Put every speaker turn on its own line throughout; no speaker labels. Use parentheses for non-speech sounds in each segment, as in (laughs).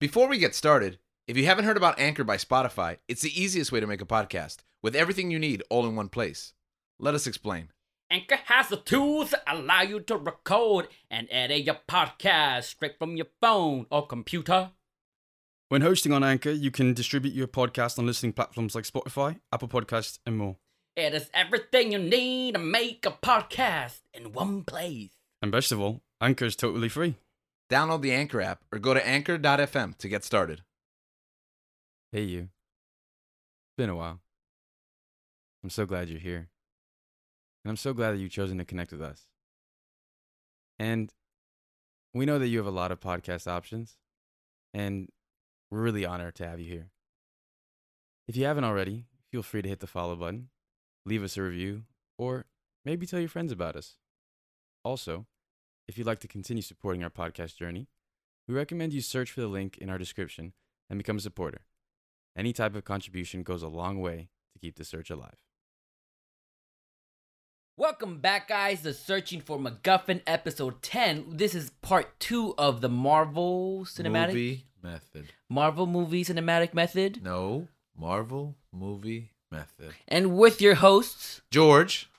Before we get started, if you haven't heard about Anchor by Spotify, it's the easiest way to make a podcast with everything you need all in one place. Let us explain.
Anchor has the tools that allow you to record and edit your podcast straight from your phone or computer.
When hosting on Anchor, you can distribute your podcast on listening platforms like Spotify, Apple Podcasts, and more.
It is everything you need to make a podcast in one place.
And best of all, Anchor is totally free.
Download the Anchor app or go to anchor.fm to get started.
Hey, you. Been a while. I'm so glad you're here. And I'm so glad that you've chosen to connect with us. And we know that you have a lot of podcast options, and we're really honored to have you here. If you haven't already, feel free to hit the follow button, leave us a review, or maybe tell your friends about us. Also, if you'd like to continue supporting our podcast journey, we recommend you search for the link in our description and become a supporter. Any type of contribution goes a long way to keep the search alive.
Welcome back, guys, to Searching for MacGuffin episode 10. This is part two of the Marvel Cinematic
Movie method.
Marvel movie cinematic method.
No, Marvel movie method.
And with your hosts
George,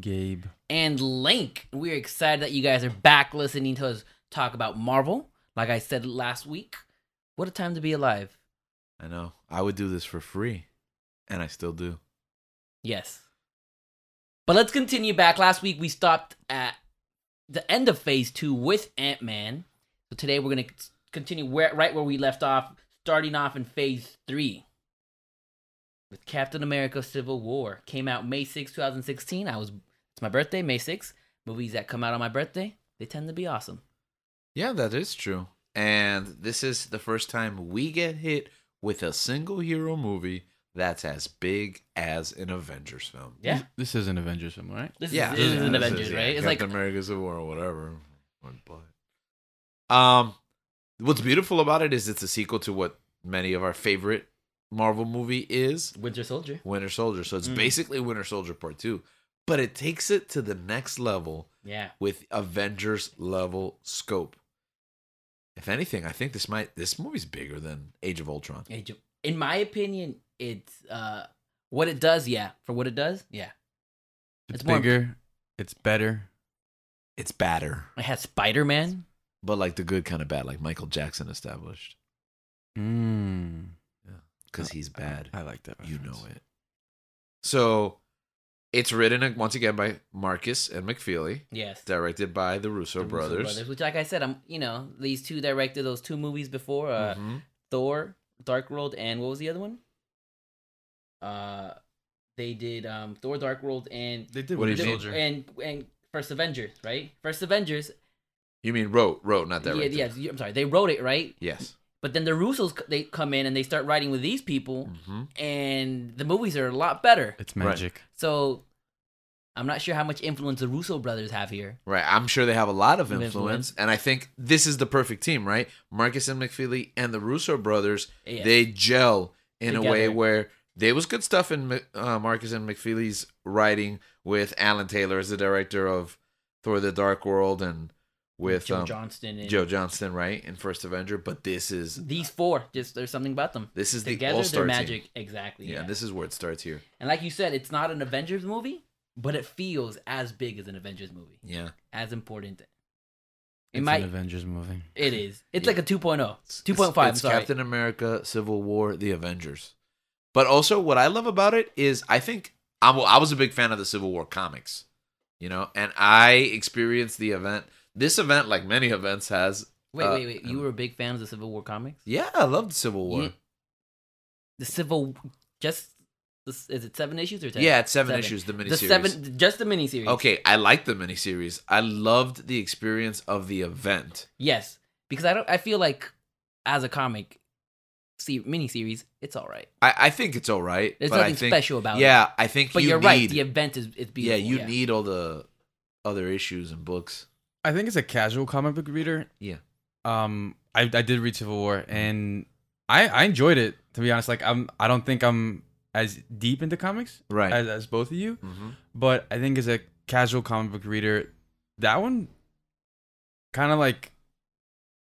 Gabe.
and Link. We're excited that you guys are back listening to us talk about Marvel. Like I said last week, what a time to be alive.
I know I would do this for free, and I still do.
Yes. But let's continue back. Last week we stopped at the end of phase two with Ant Man. So today we're going to continue where, right where we left off, starting off in phase three with Captain America Civil War. Came out May 6, 2016. I was, it's my birthday, May 6th. Movies that come out on my birthday, they tend to be awesome.
Yeah, that is true. And this is the first time we get hit with a single hero movie that's as big as an Avengers film.
Yeah.
This is an Avengers film, right?
This
yeah,
is, this is an
yeah,
Avengers,
yeah,
right? It's like
Captain America's a war or whatever. But, um, what's beautiful about it is it's a sequel to what many of our favorite Marvel movie is
Winter Soldier.
Winter Soldier. So it's
Mm.
basically Winter Soldier Part Two, but it takes it to the next level
Yeah.
with Avengers level scope. If anything, I think this might this movie's bigger than Age of Ultron.
Age of- In my opinion, it's uh what it does, yeah. For what it does, yeah.
It's,
It's more-
bigger. It's better.
It's badder,
It had Spider Man.
but like the good kind of bad, like Michael Jackson established,
Mm.
because he's bad.
I like that.
You know it. So it's written uh, once again by Marcus and McFeely,
Yes.
directed by the Russo
The Russo
brothers.
Which like I said, I'm you know, these two directed those two movies before, uh
Mhm.
Thor, Dark World, and what was the other one? Uh they did um Thor Dark World and
They did
What
Winter
do you
Soldier.
and and First Avengers, right? First Avengers.
You mean wrote, wrote, not
Yeah,
directed.
yeah, I'm sorry. They wrote it, right?
Yes.
But then the Russos c- they come in and they start writing with these people
Mm-hmm.
and the movies are a lot better.
It's
Right.
magic.
So I'm not sure how much influence the Russo brothers have here.
Right. I'm sure they have a lot of
Of
influence,
influence.
And I think this is the perfect team, right? Marcus and McFeely and the Russo brothers,
Yeah.
they gel in a way
Together.
where there was good stuff in Ma- uh, Marcus and McFeely's writing with Alan Taylor as the director of Thor the Dark World and with
Joe
um,
Johnston and
Joe Johnston, right, in First Avenger. But this is
these four. Just there's something about them.
this is the
Together,
all
they're
star
magic.
Team.
Exactly.
Yeah,
Yeah.
this is where it starts here.
and like you said, it's not an Avengers movie, but it feels as big as an Avengers movie,
Yeah,
as important. It
it's
might.
an Avengers movie.
it is. It's
Yeah.
like a oh. 2.0.
It's-
2.5. I'm
It's, it's
sorry.
Captain America, Civil War, The Avengers. But also, what I love about it is I think I'm, I was a big fan of the Civil War comics, you know, and I experienced the event. This event, like many events, has
wait,
uh,
wait, wait. You
um,
were a big fan of the Civil War comics.
yeah, I loved Civil War.
You- The Civil, just this, is it seven issues or ten?
yeah, it's seven,
Seven.
issues, the miniseries.
The seven, just the miniseries.
Okay, I like the miniseries. I loved the experience of the event.
Yes, because I don't. I feel like as a comic, see miniseries, it's all right.
I, I think it's all right.
There's
but
nothing
I think,
special about it.
Yeah, I think
But
you
you are
need,
right. The event is it's beautiful.
yeah, you need all the other issues and books.
I think it's a casual comic book reader.
Yeah.
Um, I I did read Civil War and I I enjoyed it to be honest. Like I'm I don't think I'm as deep into comics
Right.
as, as both of you,
mm-hmm.
but I think as a casual comic book reader, that one kind of like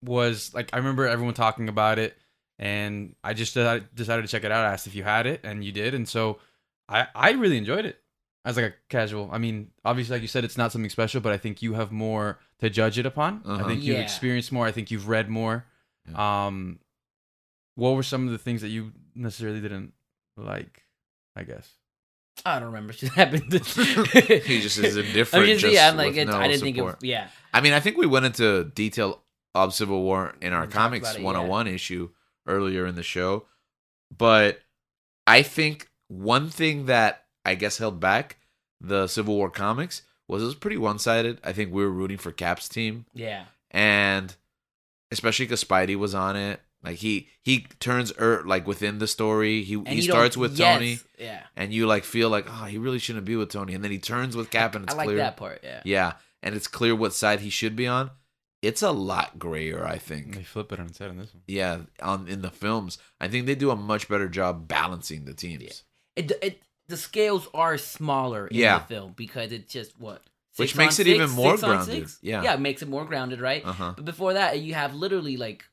was like I remember everyone talking about it, and I just uh, decided to check it out. I asked if you had it, and you did, and so I I really enjoyed it as like a casual. I mean, obviously, like you said, it's not something special, but I think you have more to judge it upon.
Uh-huh.
I think you've
Yeah.
experienced more. I think you've read more. Um, what were some of the things that you necessarily didn't like? I guess.
I don't remember. (laughs) She happened.
(laughs) He just is indifferent,
I'm just,
just
yeah, I'm like,
with
it,
no
I didn't think
support.
of. Yeah,
I mean, I think we went into detail of Civil War in our
We talked
comics
about it, yeah.
101 issue earlier in the show, but I think one thing that I guess held back the Civil War comics was it was pretty one sided. I think we were rooting for Cap's team,
yeah,
and especially because Spidey was on it. Like he he turns er like within the story. He he
you don't-
starts with
yes,
Tony,
Yeah,
and you like feel like oh he really shouldn't be with Tony, and then he turns with Cap, and it's
I like
clear.
that part. Yeah,
Yeah, and it's clear what side he should be on. It's a lot grayer, I
They
Mm-hmm.
think.
flip it on its head on this one.
Yeah, on in the films, I think they do a much better job balancing the teams,
It, it the scales are smaller in
Yeah.
the film because it's just what
Which
six
makes
on
it even
six?
more
Six on
grounded.
six?
Yeah.
yeah, it makes it more grounded, right?
uh huh,
But before that, you have literally like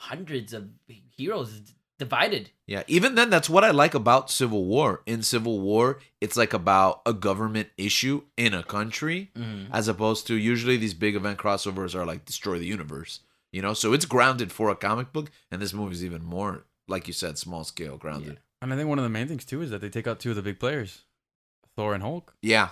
hundreds of heroes divided.
yeah. Even then, that's what I like about Civil War. In Civil War, it's like about a government issue in a country,
Mm-hmm.
as opposed to usually these big event crossovers are like destroy the universe, you know. So it's grounded for a comic book, and this movie's even more, like you said, small scale grounded.
And I think one of the main things too is that they take out two of the big players, Thor and Hulk.
Yeah,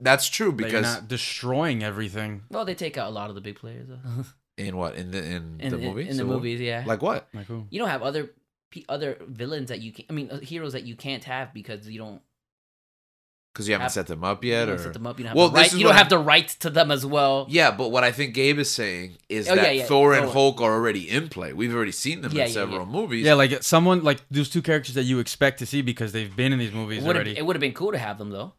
that's true
Because
because
you're not destroying everything.
Well, they take out a lot of the big
(laughs)
players though.
in what in the in,
in
the movie
in, the
Civil War?
movies. Yeah,
Like what?
Like who?
you don't have other pe- other villains that you can. I mean, uh, heroes that you can't have because you don't
Because you haven't
Have-
set them up yet,
you
or
don't set them up. You don't have
Well,
the
this
right.
is
You don't
what
have the rights to them as well.
yeah. But what I think Gabe is saying is
Oh,
that
yeah, yeah,
Thor and
Thor.
Hulk are already in play. We've already seen them
Yeah,
in
yeah,
several
yeah.
movies.
Yeah, like someone like those two characters that you expect to see because they've been in these movies
It would've-
already.
it would have been cool to have them though.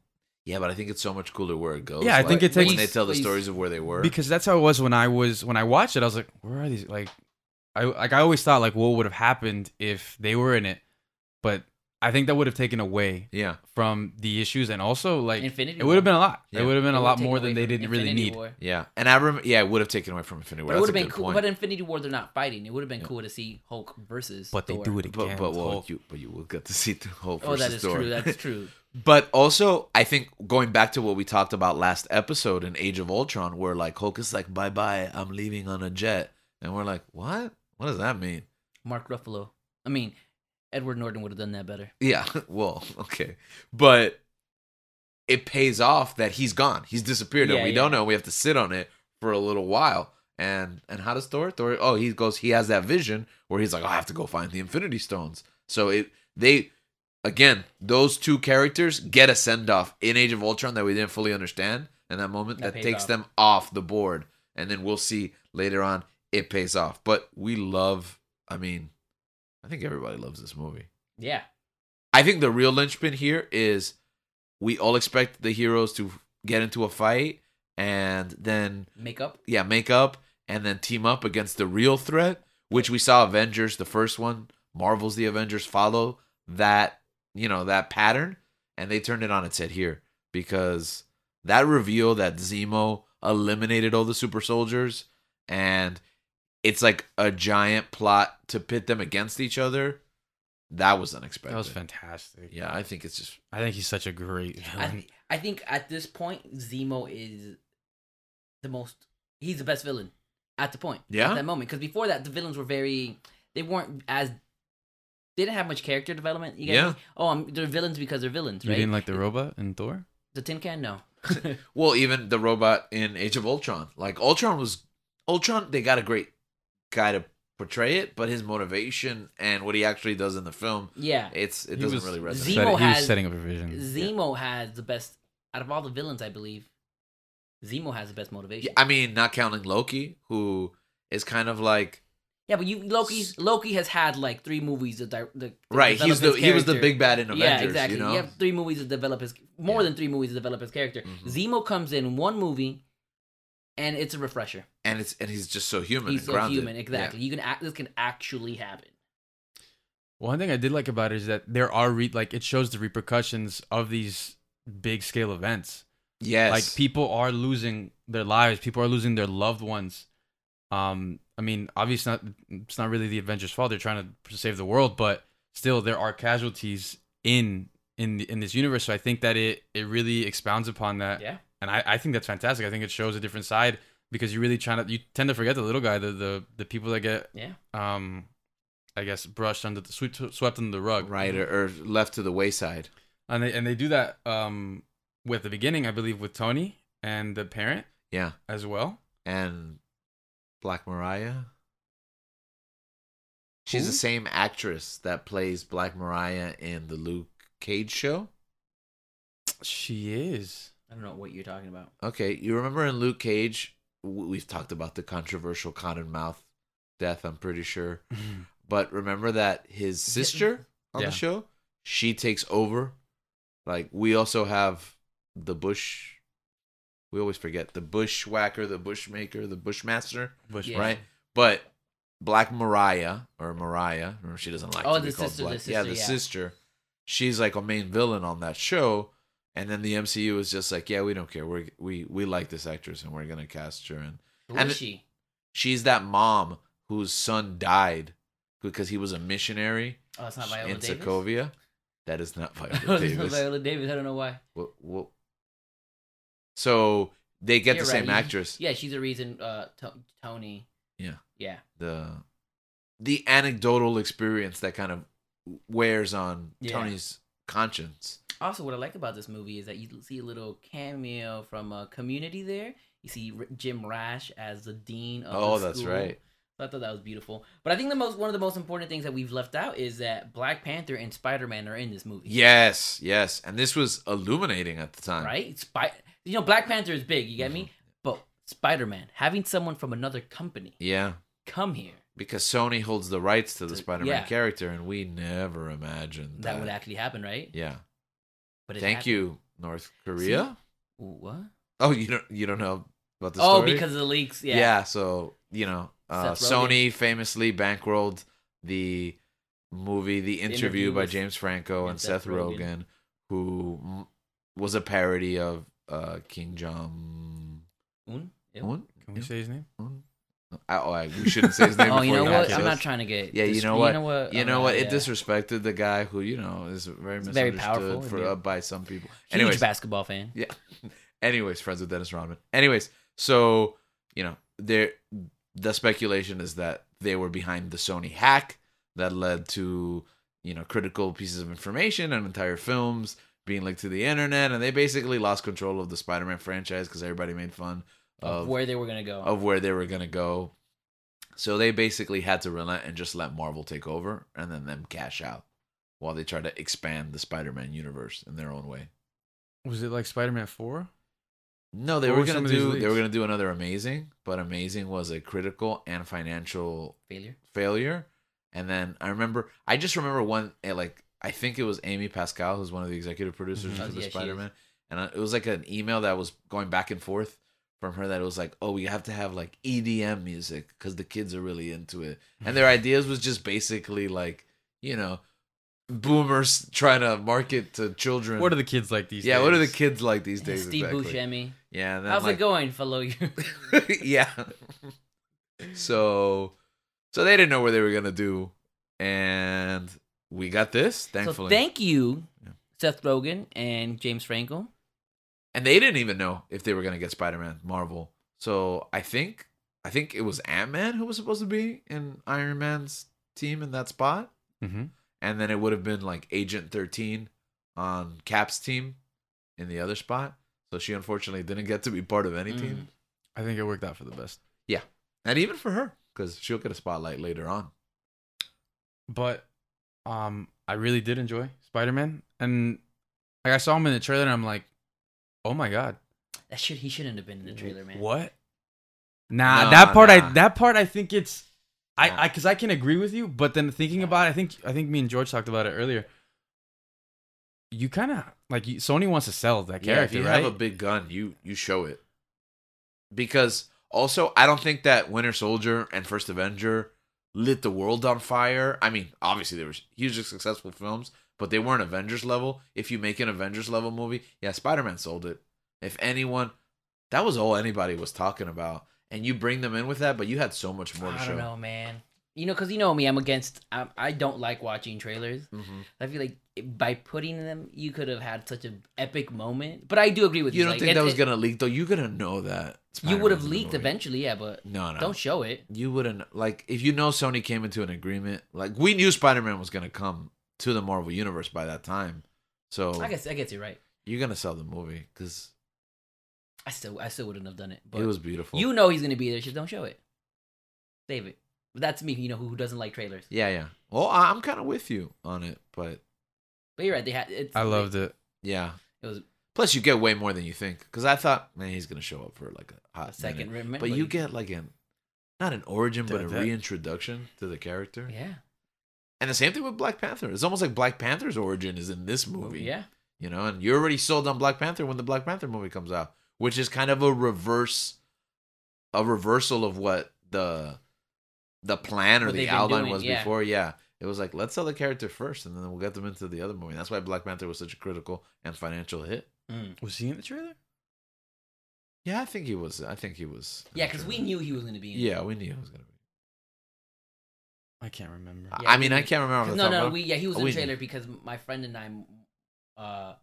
yeah. But I think it's so much cooler where it goes.
Yeah, I think
like,
it takes-
when they tell the
Please-
stories of where they were.
because that's how it was when I was when I watched it. I was like, where are these? Like, I like I always thought like what would have happened if they were in it, but I think that would have taken away
yeah,
from the issues and also like
Infinity
it would have
War.
been a lot.
Yeah.
It would have been
It
a
would've
lot
taken
more
away
than they
from
didn't really
Infinity
need.
War.
yeah. And I remember. Yeah, it would have taken away from Infinity War.
But it would
That's a
have been
good
cool.
point.
But Infinity War, they're not fighting. It would have been
Yeah.
cool to see Hulk versus.
But they
Thor.
do it again.
But, but
with
well,
Hulk.
you but you will get to see the whole.
Oh, that
versus
is
Thor. (laughs)
true. That's true.
But also, I think going back to what we talked about last episode in Age of Ultron, where like Hulk is like, "Bye bye, I'm leaving on a jet," and we're like, "What? What does that mean?"
Mark Ruffalo. I mean, Edward Norton would have done that better.
Yeah, (laughs) well, okay, but it pays off that he's gone, he's disappeared, and
Yeah,
we
yeah.
don't know. We have to sit on it for a little while. And and how does Thor? Thor? Oh, he goes. He has that vision where he's like, "Oh, "I have to go find the Infinity Stones." So it they again those two characters get a send off in Age of Ultron that we didn't fully understand in that moment that,
That pays
takes
off.
them off the board, and then we'll see later on it pays off. But we love. I mean, I think everybody loves this movie.
Yeah.
I think the real linchpin here is we all expect the heroes to get into a fight and then
Makeup.
yeah, make up and then team up against the real threat, which we saw Avengers the first one, Marvel's the Avengers follow that, you know, that pattern and they turned it on its head here because that reveal that Zemo eliminated all the super soldiers and it's like a giant plot to pit them against each other. That was unexpected.
that was fantastic.
Yeah, I think it's just
I think he's such a great
I,
villain.
th- I think at this point, Zemo is the most. He's the best villain at the point.
Yeah?
At that moment, because before that, the villains were very. They weren't as. They didn't have much character development. You get
Yeah.
me? Oh, I'm, they're villains because they're villains,
(laughs) you
right?
didn't like the robot in Thor?
the Tin Can, no.
well, even the robot in Age of Ultron. Like Ultron was Ultron, they got a great guy to portray it, but his motivation and what he actually does in the film,
Yeah.
it's it
He
doesn't
was
really
set-
resonate.
Zemo
he was
has-
setting up a vision.
Zemo has the best out of all the villains, I believe. Zemo has the best motivation.
Yeah, I mean, not counting Loki, who is kind of like
Yeah, but you Loki Loki has had like three movies to di- the,
right. He's the he was the big bad in Avengers.
yeah exactly.
You know,
have three movies to develop his more
Yeah.
than three movies to develop his character.
Mhm.
Zemo comes in one movie, and it's a refresher.
and it's and he's just so human.
He's
and
so
grounded.
human,
Yeah.
exactly. You can act. This can actually happen.
One thing I did like about it is that there are re- like it shows the repercussions of these big scale events.
Yes,
Like people are losing their lives, people are losing their loved ones. Um I mean, obviously, not, it's not really the Avengers' fault. They're trying to save the world, but still, there are casualties in in in this universe. So I think that it it really expounds upon that,
Yeah.
and I, I think that's fantastic. I think it shows a different side because you really trying to you tend to forget the little guy, the the the people that get
Yeah.
um, I guess brushed under the swept swept under the rug,
right or, or left to the wayside.
And they and they do that um with the beginning, I believe, with Tony and the parent
Yeah,
as well.
and Black Mariah. She's
Who?
the same actress that plays Black Mariah in the Luke Cage show.
She is.
I don't know what you're talking about.
Okay, you remember in Luke Cage, w- we've talked about the controversial Cottonmouth death. I'm pretty sure,
Mm-hmm.
but remember that his
it-
sister on
Yeah.
the show, she takes over. Like we also have the Bush. We always forget the bushwhacker, the bushmaker, the bushmaster.
Bush,
Yeah.
right? But Black Mariah or Mariah, remember she doesn't like
Oh,
to be
the
called
sister- the
Black. yeah,
sister,
the
yeah.
sister. She's like a main villain on that show, and then the MCU is just like, yeah, we don't care. We we we like this actress, and we're gonna cast her. And
Who
And
is
it-
she?
she's that mom whose son died because he was a missionary
Oh, it's not Viola
in
Davis. (laughs) Oh,
Sokovia. That is not
It's
Viola
not
Davis.
Viola Davis. I don't know why.
What, what? So they get
You're
the same
right, you-
actress.
Yeah, she's the reason. Uh, to- Tony.
Yeah.
Yeah.
the the anecdotal experience that kind of wears on
Yeah.
Tony's conscience.
Also, what I like about this movie is that you see a little cameo from a community there. You see R- Jim Rash as the dean of
oh,
the
that's
school.
right.
So I thought that was beautiful. But I think the most one of the most important things that we've left out is that Black Panther and Spider Man are in this movie.
Yes, yes. And this was illuminating at the time.
Right? Spy- you know, Black Panther is big, you get
Mm-hmm.
me? But Spider Man, having someone from another company
Yeah,
come here,
because Sony holds the rights to the
To-
Spider-Man
yeah.
character, and we never imagined that.
that would actually happen, right?
yeah.
But it
Thank
happened.
you, North Korea.
Ooh, What?
Oh, you don't you don't know about the
oh,
story?
because of the leaks. Yeah.
yeah. So you know, uh,
Seth Rogen.
Sony famously bankrolled the movie The Interview,
Interview
by
with-
James Franco and, Seth Rogen, who m- was a parody of uh, King Jong.
Un? Ew.
Un?
Can we say his name?
Un? I, oh, I, we shouldn't say his name.
(laughs) Oh, you know
before he
what?
gets
I'm
killed.
not trying to get.
Yeah, you
dis-
know what?
You know what?
You know what?
Alright,
It
yeah.
disrespected the guy who you know is very
It's
misunderstood
very powerful,
for
indeed.
uh, by some people.
Huge
Anyways,
basketball fan.
Yeah. Anyways, friends with Dennis Rodman. Anyways, so you know, there the speculation is that they were behind the Sony hack that led to you know critical pieces of information and entire films being linked to the internet, and they basically lost control of the Spider-Man franchise because everybody made fun
Of
of
where they were gonna go.
of where they were gonna go. So they basically had to relent and just let Marvel take over and then them cash out while they try to expand the Spider-Man universe in their own way.
Was it like Spider Man Four?
No, they
What
were,
were some
gonna
of these
do they were
leaks?
gonna do another Amazing, but Amazing was a critical and financial
Failure.
failure. And then I remember I just remember one eh, like I think it was Amy Pascal who's one of the executive producers
Mhm.
for
Oh,
the
yeah, she is.
Spider Man, and I- it was like an email that was going back and forth from her that it was like, oh, we have to have like EDM music because the kids are really into it, and their ideas was just basically like you know boomers trying to market to children.
What are the kids like these
yeah,
days?
what are the kids like these days?
Steve
exactly?
Buscemi.
Yeah, and then,
How's
like,
it going, fellow? (laughs) you-
(laughs) yeah. So, so they didn't know where they were gonna do, and we got this
so
thankfully.
thank you,
Yeah.
Seth Rogen and James Franco.
and they didn't even know if they were gonna get Spider Man Marvel. So I think I think it was Ant Man who was supposed to be in Iron Man's team in that spot,
Mhm.
and then it would have been like Agent Thirteen on Cap's team in the other spot. So she unfortunately didn't get to be part of any
Mm.
team,
I think it worked out for the best.
and even for her because she'll get a spotlight later on.
But um, I really did enjoy Spider Man, and like I saw him in the trailer, and I'm like, oh my god,
That should he shouldn't have been in the trailer, man.
What? Nah,
Nah,
that part
nah.
I that part I think it's
Nah.
I I because I can agree with you, but then thinking
Nah.
about it, I think I think me and George talked about it earlier. You kind of like you, Sony wants to sell that
Yeah, if
character,
you
right?
have a big gun, you you show it. Because also, I don't think that Winter Soldier and First Avenger lit the world on fire. I mean, obviously they were hugely successful films, but they weren't Avengers level. If you make an Avengers level movie, yeah, Spider Man sold it. If anyone, that was all anybody was talking about. and you bring them in with that, but you had so much more to
I
show.
don't know, man. You know, because you know me, I'm against. I, I don't like watching trailers.
Mm-hmm.
Mhm.
I feel like by putting them, you could have had such an epic moment. But I do agree with you.
You don't
like,
think
it's-
that was
it-
gonna leak though? You're gonna know that
You would have
Spider-Man's in the
leaked
movie.
eventually, yeah, but
No, no.
don't show it.
you wouldn't like if you know Sony came into an agreement. Like we knew Spider Man was gonna come to the Marvel universe by that time, so
I guess I guess you're right.
you're gonna sell the movie because
I still I still wouldn't have done it. But
it was beautiful.
you know he's gonna be there. Just don't show it. Save it. But that's me. You know who, who doesn't like trailers.
yeah, yeah. Well, I- I'm kind of with you on it, but
But you're right. They had. It's,
I loved it.
yeah.
It was-
Plus, you get way more than you think. Because I thought, man, he's gonna show up for like a hot
a second.
minute.
Remember,
but you get like an not an origin, but a
That- that-
reintroduction to the character.
Yeah.
And the same thing with Black Panther. It's almost like Black Panther's origin is in this movie.
Yeah.
You know, and you're already sold on Black Panther when the Black Panther movie comes out, which is kind of a reverse, a reversal of what the, the plan or
What
the
they've been
outline
doing,
was
yeah.
before. Yeah, it was like let's sell the character first, and then we'll get them into the other movie. That's why Black Panther was such a critical and financial hit.
Mm.
Was he in the trailer?
Yeah, I think he was. I think he was.
Yeah, because we knew he was gonna be. in it.
Yeah, we knew it was gonna be.
I can't remember.
I-
Yeah,
I
we
mean, I
knew.
can't remember. off the
No,
top of
no,
my-
we yeah, he was in
Oh, we
the
knew.
trailer because my friend and I, uh,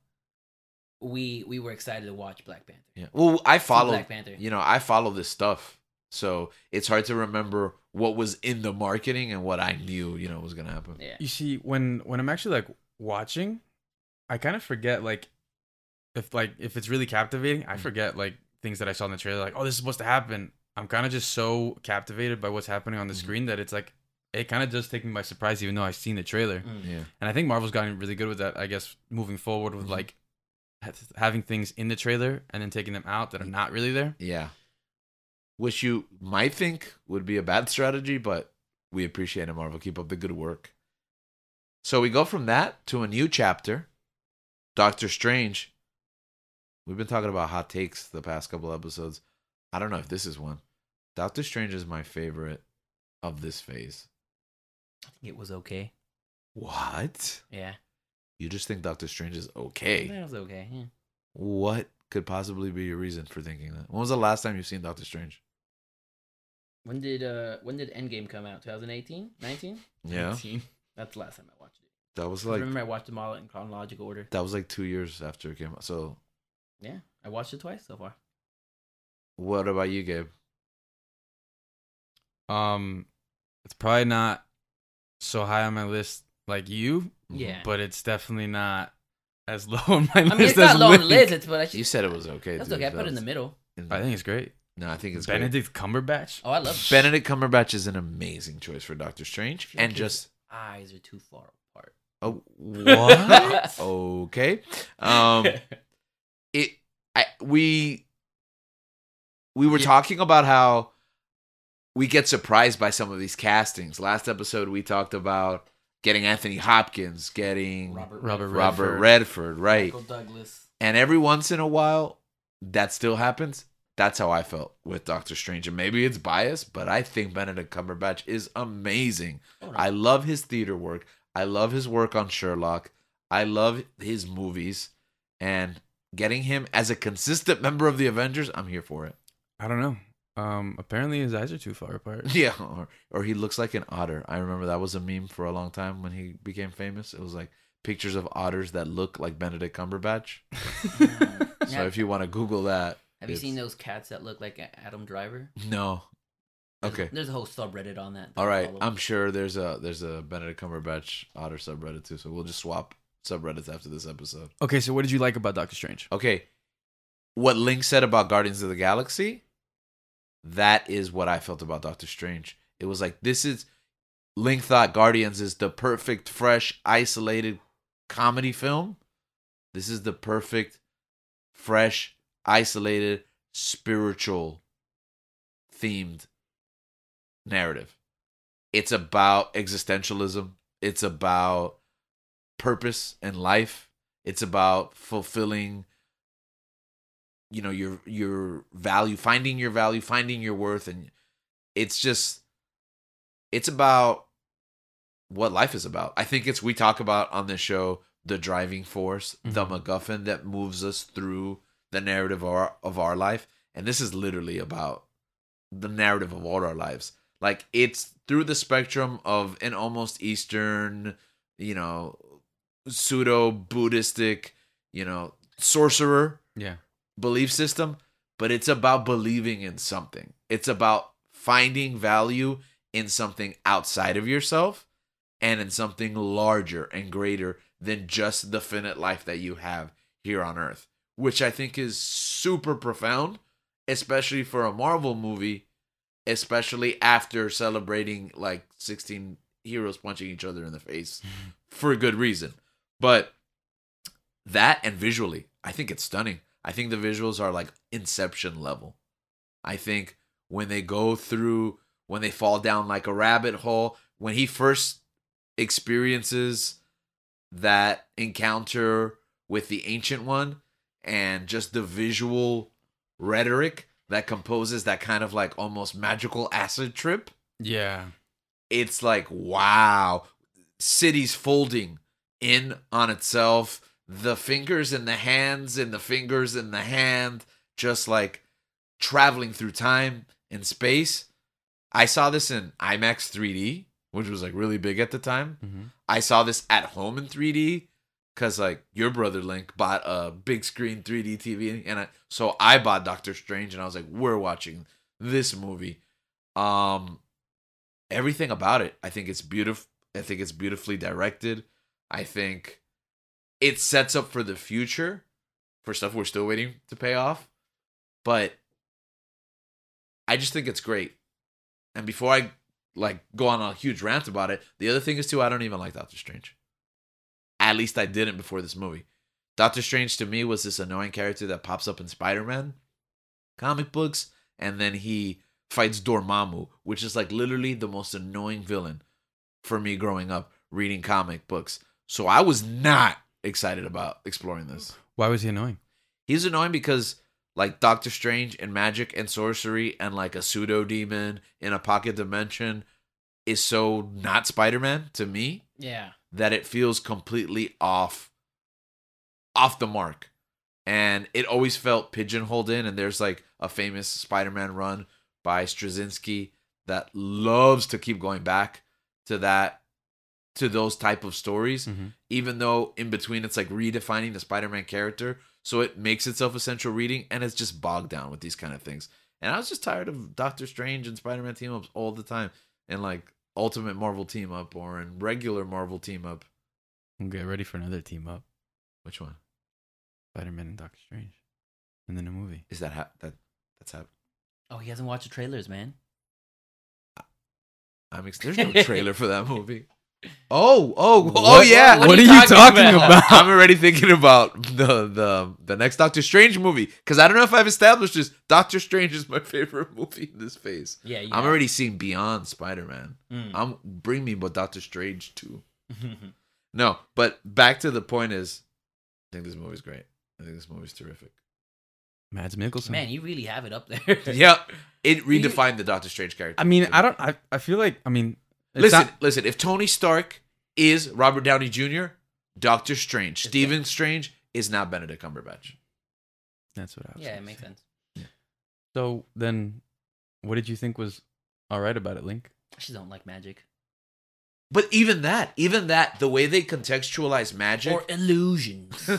we we were excited to watch Black Panther.
Yeah. Well, I
See
followed
Black Panther.
you know, I follow this stuff. So it's hard to remember what was in the marketing and what I knew, you know, was gonna happen.
Yeah,
You see, when when I'm actually like watching, I kind of forget like if like if it's really captivating, I
Mm.
forget like things that I saw in the trailer. Like, oh, this is supposed to happen. I'm kind of just so captivated by what's happening on the
Mhm.
screen that it's like it kind of does take me by surprise, even though I've seen the trailer.
Mm.
Yeah.
And I think Marvel's gotten really good with that. I guess moving forward with
Mhm.
like ha- having things in the trailer and then taking them out that are not really there.
Yeah. Which you might think would be a bad strategy, but we appreciate it, Marvel. Keep up the good work. So we go from that to a new chapter. Doctor Strange. We've been talking about hot takes the past couple episodes. I don't know if this is one. Doctor Strange is my favorite of this phase.
I think it was okay.
What?
Yeah,
You just think Doctor Strange is
I think
okay.
it was okay. Yeah.
What could possibly be your reason for thinking that? When was the last time you've seen Doctor Strange?
When did uh when did Endgame come out? 2018, 19?
Yeah,
That's the last time I watched it.
that was
'Cause
like
remember I watched them all in chronological order.
that was like two years after it came out. So,
Yeah, I watched it twice so far.
what about you, Gabe?
Um, it's probably not so high on my list like you,
Mm-hmm.
Yeah,
but it's definitely not as (laughs) low on my
(laughs)
list.
I mean it's
as
not low on the
Luke.
list. It's but I
You
should,
said it was okay.
that's
dude.
okay. I put
That
it in the
was-
middle.
I think it's great.
no, I think it's Benedict.
Benedict Cumberbatch.
Oh, I love it.
Benedict Cumberbatch is an amazing choice for Doctor Strange,
feel like
and
his
just
eyes are too far apart. (laughs)
oh, what? okay, um,
(laughs)
it I, we we were
Yeah.
talking about how we get surprised by some of these castings. Last episode we talked about getting Anthony Hopkins, getting Robert,
Robert
Redford.
Redford,
Redford.
right?
Michael Douglas.
And every once in a while that still happens. That's how I felt with Doctor Strange. And maybe it's biased, but I think Benedict Cumberbatch is amazing.
Oh, no. (laughs)
I love his theater work. I love his work on Sherlock. I love his movies. And getting him as a consistent member of the Avengers, I'm here for it. (laughs)
I don't know. Um, apparently his eyes are too far apart.
Yeah. Or, or he looks like an otter. I remember that was a meme for a long time when he became famous. It was like pictures of otters that look like Benedict Cumberbatch. (laughs) So
Yeah.
if you want to Google that,
Have you
It's-
seen those cats that look like A- Adam Driver?
no.
There's-
Okay.
There's a whole subreddit on that.
All right. I'm
I'm
sure there's a there's a Benedict Cumberbatch otter subreddit too. So we'll just swap subreddits after this episode.
(laughs) Okay, so what did you like about Doctor Strange?
Okay. What Link said about Guardians of the Galaxy, that is what I felt about Doctor Strange. It was like this is Link thought Guardians is the perfect fresh isolated comedy film. This is the perfect fresh isolated spiritual themed narrative. It's about existentialism. It's about purpose and life. It's about fulfilling you know your your value, finding your value, finding your worth and it's just it's about what life is about. I think it's we talk about on this show the driving force, the
Mhm.
MacGuffin that moves us through the narrative of our, of our life and this is literally about the narrative of all our lives. Like it's through the spectrum of an almost Eastern, you know, pseudo Buddhistic, you know, sorcerer
Yeah.
belief system, but it's about believing in something. It's about finding value in something outside of yourself and in something larger and greater than just the finite life that you have here on earth, which I think is super profound, especially for a Marvel movie, especially after celebrating like 16 heroes punching each other in the face for a good reason. But that and visually, I think it's stunning. I think the visuals are like inception level. I think when they go through, when they fall down like a rabbit hole, when he first experiences that encounter with the ancient one and just the visual rhetoric that composes that kind of like almost magical acid trip
Yeah.
it's like wow cities folding in on itself the fingers and the hands and the fingers and the hand just like traveling through time and space i saw this in imax 3d which was like really big at the time
Mm-hmm.
I saw this at home in 3D because like your brother Link bought a big screen 3D TV, and I, so I bought Doctor Strange, and I was like, we're watching this movie. Um, everything about it, I think it's beautiful. I think it's beautifully directed. I think it sets up for the future for stuff we're still waiting to pay off, but I just think it's great. And before I like go on a huge rant about it. The other thing is too, I don't even like Doctor Strange. At least I didn't before this movie. Doctor Strange to me was this annoying character that pops up in Spider Man comic books, and then he fights Dormammu, which is like literally the most annoying villain for me growing up reading comic books. So I was not excited about exploring this.
Why was he annoying?
He's annoying because like Doctor Strange and magic and sorcery and like a pseudo demon in a pocket dimension is so not Spider-Man to me
Yeah.
that it feels completely off off the mark. And it always felt pigeonholed in and there's like a famous Spider-Man run by Straczynski that loves to keep going back to that to those type of stories
Mhm.
even though in between it's like redefining the Spider-Man character, so it makes itself essential reading and it's just bogged down with these kind of things. And I was just tired of Doctor Strange and Spider-Man team ups all the time and like Ultimate Marvel team up or in regular Marvel team up.
Get ready for another team up.
Which one
Spider Man and Doctor Strange. And then a movie.
is that? Ha- that that's hap
Oh, he hasn't watched the trailers, man.
I'm ex- there's
(laughs)
no trailer for that movie. Oh, oh, oh
What-
yeah.
What, are you talking about?
(laughs) I'm already thinking about the the the next Doctor Strange movie because I don't know if I've established this. Doctor Strange is my (laughs) favorite movie in this phase.
Yeah. You Mm.
I'm already seeing beyond Spider Man. I'm bring me but Doctor Strange too. No, but back to the point is, I think this movie's great. I think this movie's terrific.
Mads
(laughs)
Mikkelsen.
man, you really have it up there.
(laughs) yeah, it redefined the Doctor Strange character.
I mean,
to me.
I don't. I, I feel like. I mean, it's
listen.
not-
listen, if Tony Stark is Robert Downey Jr., Doctor Strange, Stephen Strange is not Benedict Cumberbatch.
that's what I was.
Yeah, it
gonna
makes
say.
sense.
So then, what did you think was all right about it, Link?
I just don't like magic
But even that, even that, the way they contextualize magic
or
(laughs)
illusions.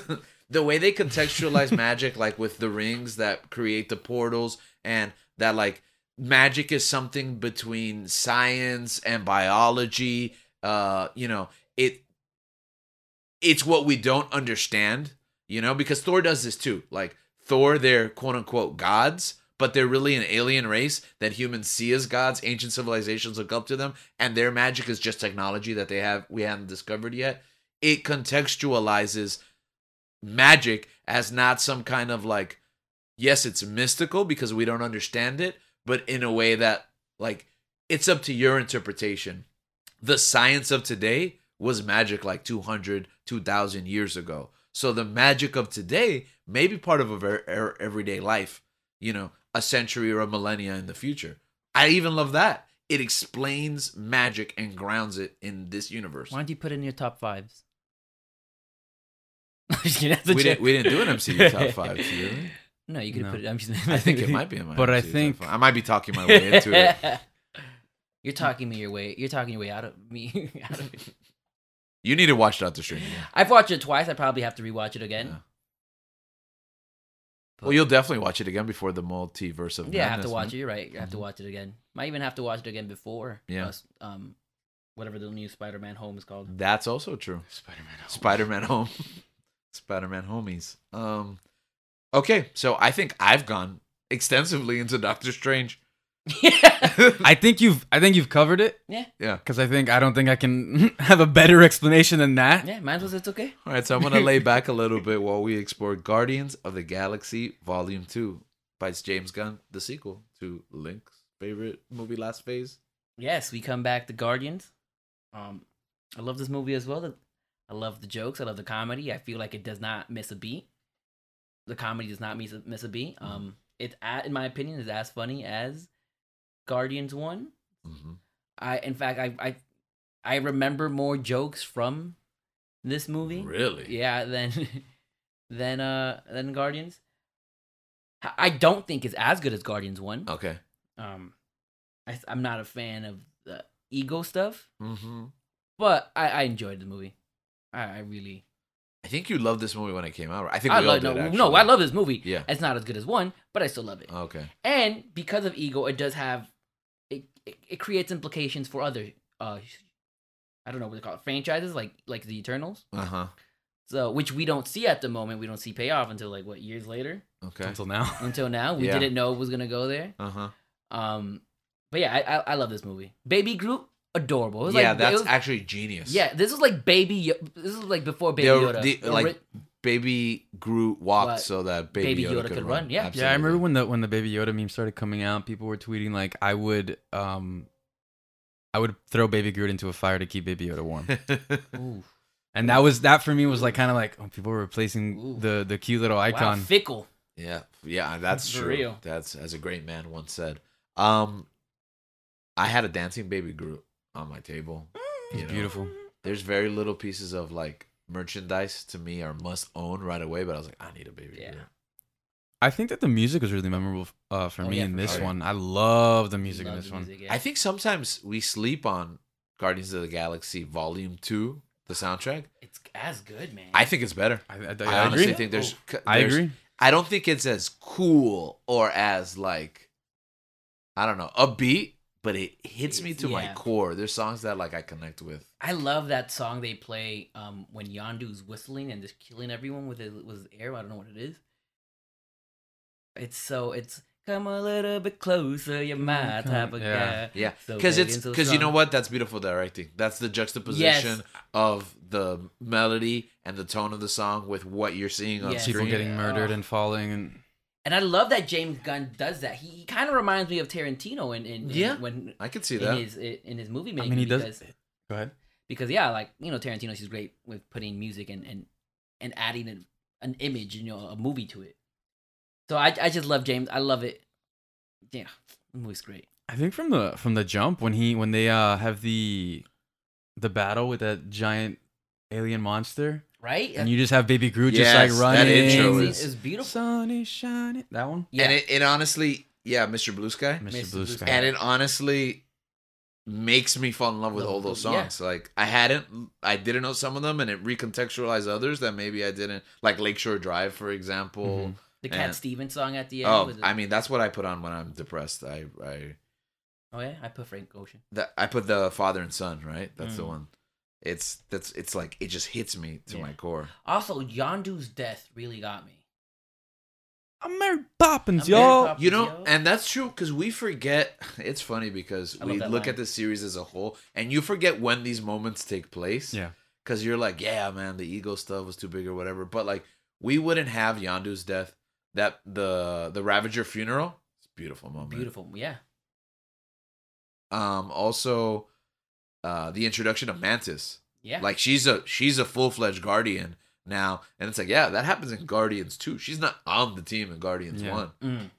the way they contextualize magic like with the rings that create the portals and that like magic is something between science and biology uh you know it it's what we don't understand you know because thor does this too like thor they're quote unquote gods but they're really an alien race that humans see as gods ancient civilizations look up to them and their magic is just technology that they have we haven't discovered yet it contextualizes magic as not some kind of like yes it's mystical because we don't understand it but in a way that like it's up to your interpretation the science of today was magic like 200 2000 years ago so the magic of today may be part of a ver- er- everyday life you know a century or a millennia in the future i even love that it explains magic and grounds it in this universe
Why don't you put it in your top fives? (laughs) Just kidding, that's a
we
joke. (laughs)
didn't, we didn't do an MCU top five. Really?
No, you could
No.
put it. I'm just.
I think it might be in my.
But I
MCU
think-
top five. I might be talking my
(laughs)
way into
(laughs)
it.
You're talking me your way. You're talking your way out of me. (laughs) out of it.
You need to watch Doctor Strange.
I've watched it twice. I probably have to rewatch it again.
Yeah.
But-
Well, you'll definitely watch it again before the multiverse of
yeah, I have to
Madness, man.
watch it.
Mm-hmm.
You're right. I have to watch it again. Might even have to watch it again before.
Yeah.
us- um, whatever the new Spider-Man home is
(laughs)
called. (laughs)
That's also true.
Spider-Man.
Spider-Man Home. (laughs) Spider-Man Homies. Um Okay, so I think I've gone extensively into Doctor Strange.
yeah.
I think you've I think you've covered it
Yeah.
because I think I don't think I can (laughs) have a better explanation than that.
Might as well. It's okay.
All right, so I'm going to
(laughs)
lay back a little bit while we explore Guardians of the Galaxy Volume 2 by James Gunn, the sequel to Link's favorite movie last phase.
Yes, we come back to Guardians. Um, I love this movie as well. I love the jokes. I love the comedy. I feel like it does not miss a beat. The comedy does not miss a, miss a beat.
Mm-hmm.
Um, it a- in my opinion is as funny as Guardians One.
Mhm.
I in fact I I I remember more jokes from this movie.
Really?
Yeah, (laughs) than than uh than Guardians. I- I don't think it's as good as Guardians One.
Okay.
Um, I, I'm not a fan of the ego stuff
Mhm.
but I, I enjoyed the movie. I, I really,
I think you loved this movie when it came out. right? I think
I
we all
love,
did,
no,
actually.
no, I love this movie.
Yeah. Oh.
It's not as good as one, but I still love it.
Okay.
and because of ego, it does have, it it, it creates implications for other, uh, I don't know what they call it, franchises like like the Eternals.
Uh-huh.
So which we don't see at the moment. We don't see payoff until like what years later.
Okay.
Until now,
Until now, we
Yeah.
didn't know it was gonna go there.
Uh-huh.
Um, but yeah, I I, I love this movie. Baby Groot, adorable. It was
Yeah,
like, it
that's
was-
actually genius.
yeah. This was like baby. Yo- This was like before Baby
The-
Yoda.
the-
Or
like,
ri-
Baby Groot walked
What?
so that Baby, Yoda, could, run.
Yeah.
yeah. I remember when the when the Baby Yoda meme started coming out, people were tweeting like, "I would um, I would throw Baby Groot into a fire to keep Baby Yoda (laughs) warm."
(laughs)
Absolutely.
Ooh.
and that was that for me was like kind of like oh, people were replacing
Ooh.
the the cute little
Wow,
icon.
fickle.
(laughs) Yeah, yeah, that's
For
true.
real.
That's as a great man once said. Um, I had a dancing baby Groot on my table.
He's
You know,
beautiful.
There's very little pieces of like merchandise to me are must own right away, but I was like, I need a baby
Yeah.
Groot.
I think that the music was really memorable uh, for
Oh,
me
yeah,
in
for
this
sure.
one. I love the music
Love
in this
the
one.
music, yeah.
I think sometimes we sleep on Guardians of the Galaxy Volume Two, the soundtrack.
it's as good, man.
I think it's better.
I, I,
I,
I
honestly
agree. Oh,
think there's, c-
I
there's-
agree.
I don't think it's as cool or as like I don't know, upbeat, but it hits me to my
Yeah.
core. There's songs that like I connect with.
I love that song they play um, when Yondu's whistling and just killing everyone with his, with his air. I don't know what it is. It's so it's come a little bit closer. You're my
Come-
type of
yeah.
guy.
Yeah,
So
because
big
it's
and so
because you know
strong.
what? That's beautiful directing. That's the juxtaposition
Yes.
of the melody and the tone of the song with what you're seeing on
Yes.
People
screen.
getting murdered
Ugh.
and falling and
And I love that James Gunn does that. He, he kind of reminds me of Tarantino in, in, in
Yeah.
when
I could see
in
that.
his in his movie
I
making.
mean he does.
because-
Go ahead.
because yeah, like you know, Tarantino's just great with putting music and and and adding an, an image, you know, a movie to it. So I I just love James. I love it. Yeah, the movie's great.
I think from the from the jump when he when they uh have the the battle with that giant alien monster
Right?
and you just have Baby Groot
Yes,
just
that
like running.
intro
It's-
is-
it's beautiful.
Sun is shining. That one.
Yeah,
And it, it honestly, yeah, Mr. Blue Sky.
Mr.
Mr.
Blue
Blue Sky.
Sky.
and it honestly makes me fall in love with all those
Yeah.
songs like i hadn't i didn't know some of them and it recontextualized others that maybe i didn't like lakeshore drive for example
the Cat
and-
Stevens song at the end.
oh
was
i mean that's what i put on when i'm depressed i i
oh yeah, I put Frank Ocean.
that i put the father and son right that's the
Mm.
one it's that's it's like it just hits me to
Yeah.
my core
Also, Yondu's death really got me.
I'm Mary Poppins,
I'm Mary
y'all.
Poppins.
you know
Yo.
and that's true because we forget (sighs) it's funny because
I love
we
that
look
line.
at the series as a whole and you forget when these moments take place
Yeah.
because you're like, yeah, man, the ego stuff was too big or whatever. But like, we wouldn't have Yandu's death. That the the Ravager funeral, it's a beautiful moment.
Beautiful, yeah.
Um, also, uh, the introduction of Mantis.
Yeah.
Like she's a she's a full fledged Guardian now, and it's like, yeah, that happens in Guardians too. She's not on the team in Guardians
Yeah.
one.
Mm.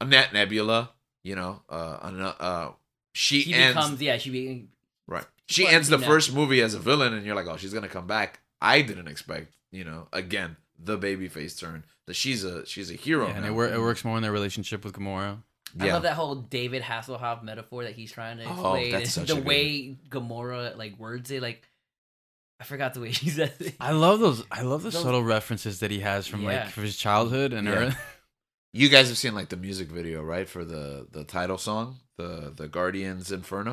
I'm Nat Nebula. You know, uh, an- uh, she,
she
ends
becomes yeah, she be
Right. She
Well,
ends
you
the
know.
first movie as a villain, and you're like, oh, she's gonna come back. I didn't expect, you know, again the babyface turn that she's a she's a hero.
Yeah, and it,
now.
wor- it works more in their relationship with Gamora.
I
Yeah.
love that whole David Hasselhoff metaphor that he's trying to
Oh,
explain. (laughs)
that's such
the
a good
way Gamora like words it, like I forgot the way (laughs) she says it.
I love those. I love the
Those-
subtle references that he has from
Yeah.
like from his childhood and
Yeah.
her. (laughs)
You guys have seen like the music video, right, for the the title song, the the Guardians Inferno.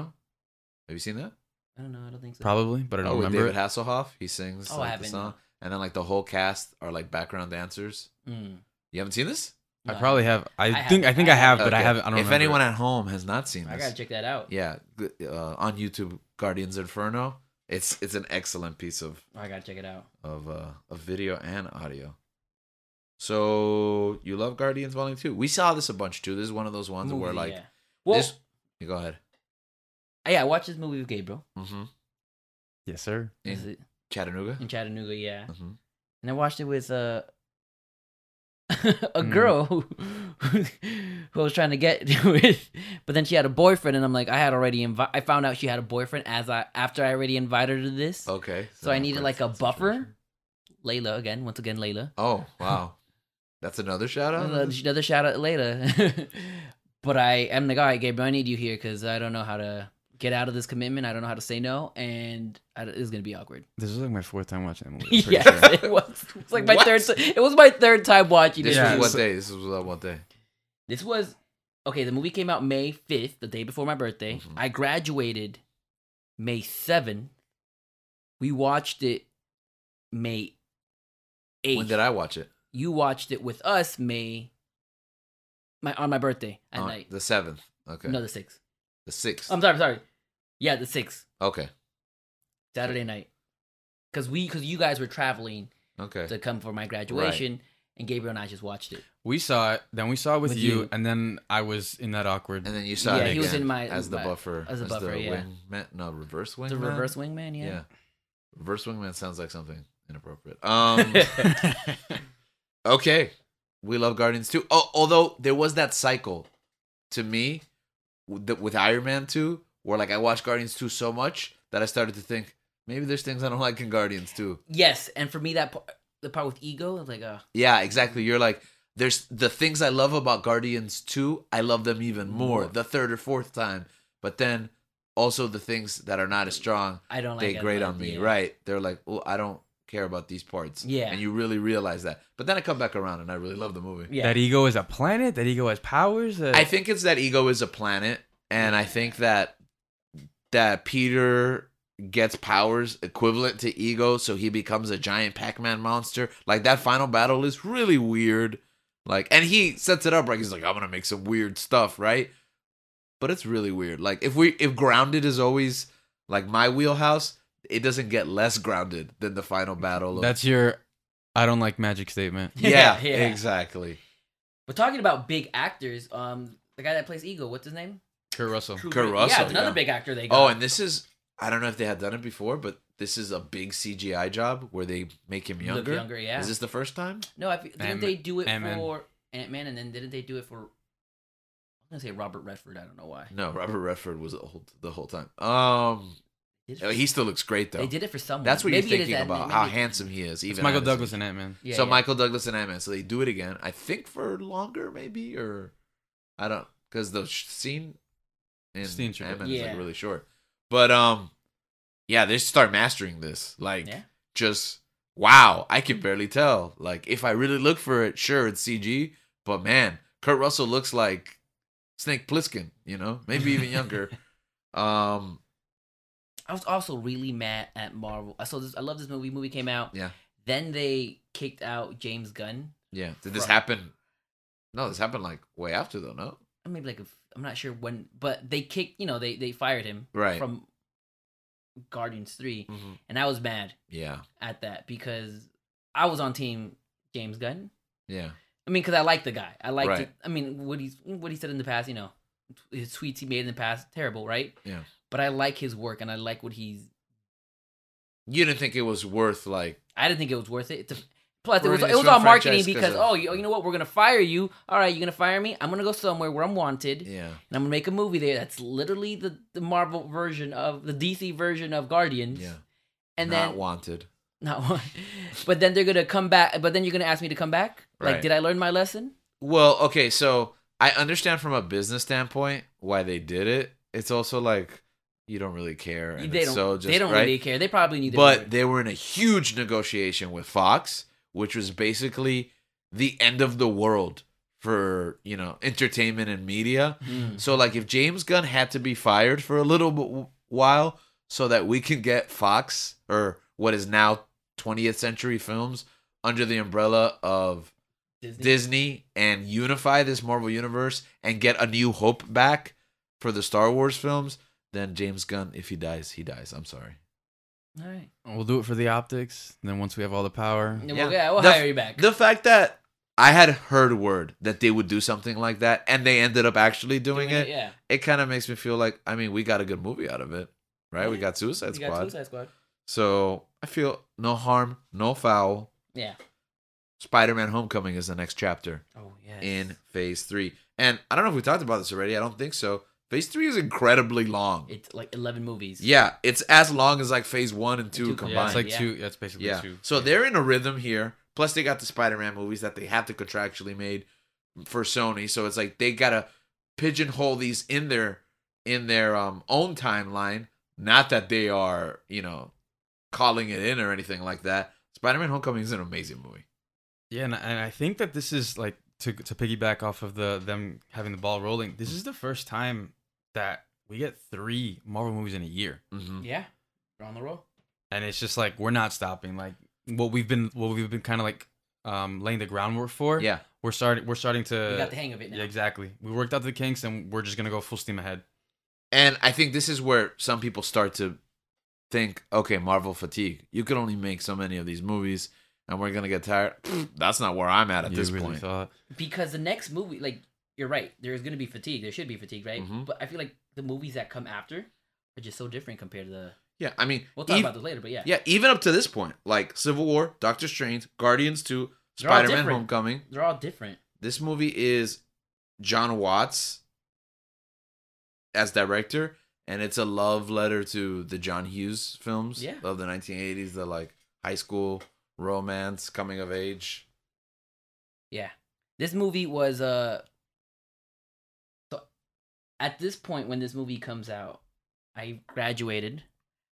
Have you seen that?
I don't know. I don't think so.
Probably, but I don't
oh, with
remember
David
it.
Hasselhoff, he sings
Oh, I
like, the
haven't.
song, and then like the whole cast are like background dancers.
Mm,
You haven't seen this?
I
no.
probably have. I,
I
think.
have-
I think
I
I have,
have.
but I
Okay.
haven't. I don't.
if
remember
anyone
it.
at home has not seen
I
this,
gotta check that out.
yeah, g- uh, on YouTube, Guardians Inferno. It's it's an excellent piece of
I gotta check it out.
of uh, of video and audio. So you love Guardians Volume Two? We saw this a bunch too. This is one of those ones where
Movie,
like
yeah. well,
this. You go ahead.
yeah, I watched this movie with Gabriel
Mm-hmm.
yes, sir.
In
Is it-
Chattanooga.
in Chattanooga, yeah,
Mm-hmm.
and I watched it with uh, (laughs) a
Hmm.
girl who, who I was trying to get (laughs) with, but then she had a boyfriend, and I'm like, I had already invi- I found out she had a boyfriend as I after I already invited her to this.
Okay.
So I
that
needed,
breaks
like, a
the
buffer.
situation.
Layla again, once again, Layla.
Oh wow, Uh, that's another shout out.
Another, another shout out later. (laughs) but I am like, all right, Gabriel, I need you here because I don't know how to get out of this commitment. I don't know how to say no, and I, it's gonna be
(laughs)
awkward.
This is like my fourth time watching that
(laughs)
movie. I'm pretty
yes,
sure.
it was. (laughs) It's like my
What?
third. ti- It was my third time watching
This
this.
Yeah.
was
movie.
what
so-
day? This was uh, what day?
This was okay. The movie came out May fifth, the day before my birthday.
Mhm.
I graduated May seventh. We watched it May eighth.
When did I watch it?
you watched it with us May my on my birthday at
On
night.
Uh, The seventh. Oh, Okay.
No, Um, the sixth.
the sixth.
I'm sorry, I'm sorry. Yeah, the sixth
okay.
Saturday night, because we because you guys were traveling
Okay.
to come for my graduation, and Gabriel and I just watched it.
We saw it. Then we saw it with,
With
you,
you.
and then I was in that awkward.
and then you saw
Yeah,
it
he was
again
in my-
as the
my-
buffer
as a buffer,
the
yeah.
wingman no reverse wingman
The reverse wingman,
yeah.
yeah.
reverse wingman sounds like something inappropriate
(laughs)
um okay we love guardians too oh, although there was that cycle to me with, the, with iron man 2 where like i watched guardians 2 so much that i started to think maybe there's things i don't like in guardians 2
Yes, and for me that part, the part with ego, I was like, uh,
Yeah, exactly. You're like, there's the things I love about Guardians 2, I love them even more
More.
the third or fourth time. But then also the things that are not as strong,
I don't like.
they
it,
grate
like,
on me,
yeah.
right? They're like, oh, I don't care about these parts.
Yeah.
And you really realize that. But then I come back around and I really love the movie.
Yeah,
That ego is a planet. That ego has powers. That...
I think it's that ego is a planet, and I think that that Peter gets powers equivalent to ego, so he becomes a giant Pac-Man monster. Like that final battle is really weird. Like, and he sets it up right. He's like, I'm gonna make some weird stuff, right? But it's really weird. Like, if we if grounded is always like my wheelhouse, it doesn't get less grounded than the final battle. Of,
that's your. I don't like magic statement.
yeah,
Yeah.
exactly.
But talking about big actors, um, the guy that plays ego, what's his name?
Kurt Russell.
Kurt
Kurt
Yeah,
Russell,
another
yeah.
big actor they got.
Oh, and this is I don't know if they had done it before, but this is a big CGI job where they make him
Look
younger.
younger, yeah.
Is this the first time?
No, I, fe- didn't
Ant-
they do it
Ant-Man.
for Ant Man, and then didn't they do it for? I'm gonna say Robert Redford. I don't know why.
No, Robert Redford was old the whole time. Um,
Did it for-
he still looks great though.
they did it for someone.
That's what
Maybe
you're
it is
thinking
Ant-Man,
about
maybe
how
it-
handsome he is.
It's
Even
Michael
at his
Douglas
age.
and Ant Man.
Yeah,
so
yeah.
Michael Douglas and Ant Man. So they do it again. I think for longer, maybe, or I don't because the sh- scene in
Scene short.
Ant Man is
Yeah.
like really short. But um, yeah, they start mastering this. Like
Yeah.
just wow, I can barely tell. Like if I really look for it, sure it's CG, but man, Kurt Russell looks like Snake Plissken. You know, maybe even younger. um,
I was also really mad at Marvel. I saw this. I love this movie. Movie came out.
Yeah.
Then they kicked out James Gunn.
yeah. Did this
Right.
happen? No, this happened like way after though. No,
Or Maybe like a f- I'm not sure when, but they kicked. You know, they they fired him
right.
from Guardians Three,
Mhm.
and I was mad
Yeah,
at that because I was on team James Gunn.
yeah.
I mean, because I like the guy. I like.
Right.
I mean, what he's what he said in the past. You know, his tweets he made in the past terrible, right?
Yeah.
But I like his work, and I like what he's.
You didn't think it was worth like
I didn't think it was worth it. It's a- plus, it was
Ruining
it was
his own
all marketing
franchise 'cause
because
of-
oh, you, you know what? We're gonna fire you. All right, you're gonna fire me. I'm gonna go somewhere where I'm wanted,
yeah.
and I'm gonna make a movie there. That's literally the the Marvel version of the DC version of Guardians.
Yeah.
And
not
then
wanted.
(laughs) not one, but then they're gonna come back. But then you're gonna ask me to come back.
Right.
Like, did I learn my lesson?
Well, okay, so I understand from a business standpoint why they did it. It's also like you don't really care, and
they
it's
don't.
so just
they don't
right?
really care. They probably need.
but they were in a huge negotiation with Fox, which was basically the end of the world for you know entertainment and media.
Hmm. Mm-hmm.
So like, if James Gunn had to be fired for a little b- while, so that we can get Fox or what is now 20th Century Films under the umbrella of Disney and unify this Marvel universe and get a new hope back for the Star Wars films, then James Gunn, if he dies, he dies. I'm sorry.
All right.
We'll do it for the optics. And then once we have all the power,
Yeah,
Yeah.
Well, yeah, we'll
The-
hire you back.
The fact that I had heard word that they would do something like that and they ended up actually doing, it, it,
yeah.
kind of makes me feel like, I mean, we got a good movie out of it, right? We
Yeah.
got Suicide
You
Squad.
got Suicide Squad.
So I feel no harm, no foul.
Yeah.
Spider Man Homecoming is the next chapter.
Oh yeah.
in phase three. And I don't know if we talked about this already. I don't think so. Phase three is incredibly long.
it's like eleven movies.
yeah, it's as long as like phase one and two
Two
combined.
combined.
Yeah,
it's like
yeah.
two. That's basically two.
so they're in a rhythm here. Plus, they got the Spider-Man movies that they have to contractually made for Sony. So it's like they gotta pigeonhole these in their in their um own timeline. Not that they are you know calling it in or anything like that. Spider-Man: Homecoming is an amazing movie.
Yeah, and, and I think that this is like to to piggyback off of the them having the ball rolling. This is the first time that we get three Marvel movies in a year,
Mm-hmm.
Yeah. You're on the roll.
and it's just like we're not stopping. Like what we've been, what we've been kind of like um laying the groundwork for.
Yeah,
we're starting. We're starting to.
Uh,
you got the hang of it now.
yeah, exactly. We worked out the kinks, and we're just gonna go full steam ahead.
And I think this is where some people start to think, okay, Marvel fatigue. You can only make so many of these movies, and we're gonna get tired. (sniffs) Pfft, That's not where I'm at at
You
this
really
point.
thought-
Because the next movie, like you're right, there's gonna be fatigue. There should be fatigue, right?
Mhm.
But I feel like the movies that come after are just so different compared to the.
yeah, I mean,
We'll talk
ev-
about this later, but yeah.
yeah, even up to this point, like Civil War, Doctor Strange, Guardians Two,
They're all
Spider-Man:
different.
Homecoming.
They're all different.
This movie is John Watts as director, and it's a love letter to the John Hughes films
Yeah.
of the 1980s, the like high school romance, coming of age.
Yeah. This movie was uh so at this point when this movie comes out, I graduated.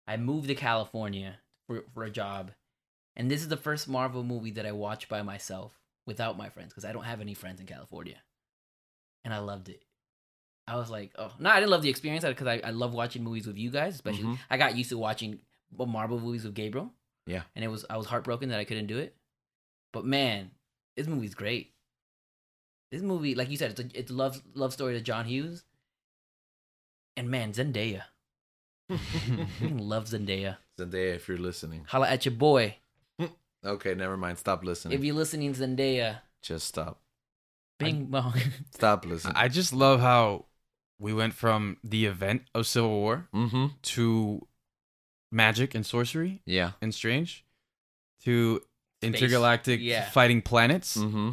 I moved to California for for a job. And this is the first Marvel movie that I watched by myself without my friends because I don't have any friends in California. And I loved it. I was like, oh, no, I didn't love the experience because I, I love watching movies with you guys, especially.
Mhm.
I got used to watching Marvel movies with Gabriel.
Yeah.
And it was, I was heartbroken that I couldn't do it. But man, this movie's great. This movie, like you said, it's a, it's a love love story to John Hughes. And man, Zendaya,
(laughs)
Fucking love Zendaya.
Mm-hmm. (laughs) Zendaya, if you're listening.
Holla at your boy.
Okay, never mind. Stop listening.
If you're listening, Zendaya,
Just stop.
Bing Bong. (laughs)
Stop listening.
I just love how we went from the event of Civil War
mm-hmm.
to magic and sorcery
Yeah.
and strange to
Space.
intergalactic
Yeah.
fighting planets
Mm-hmm.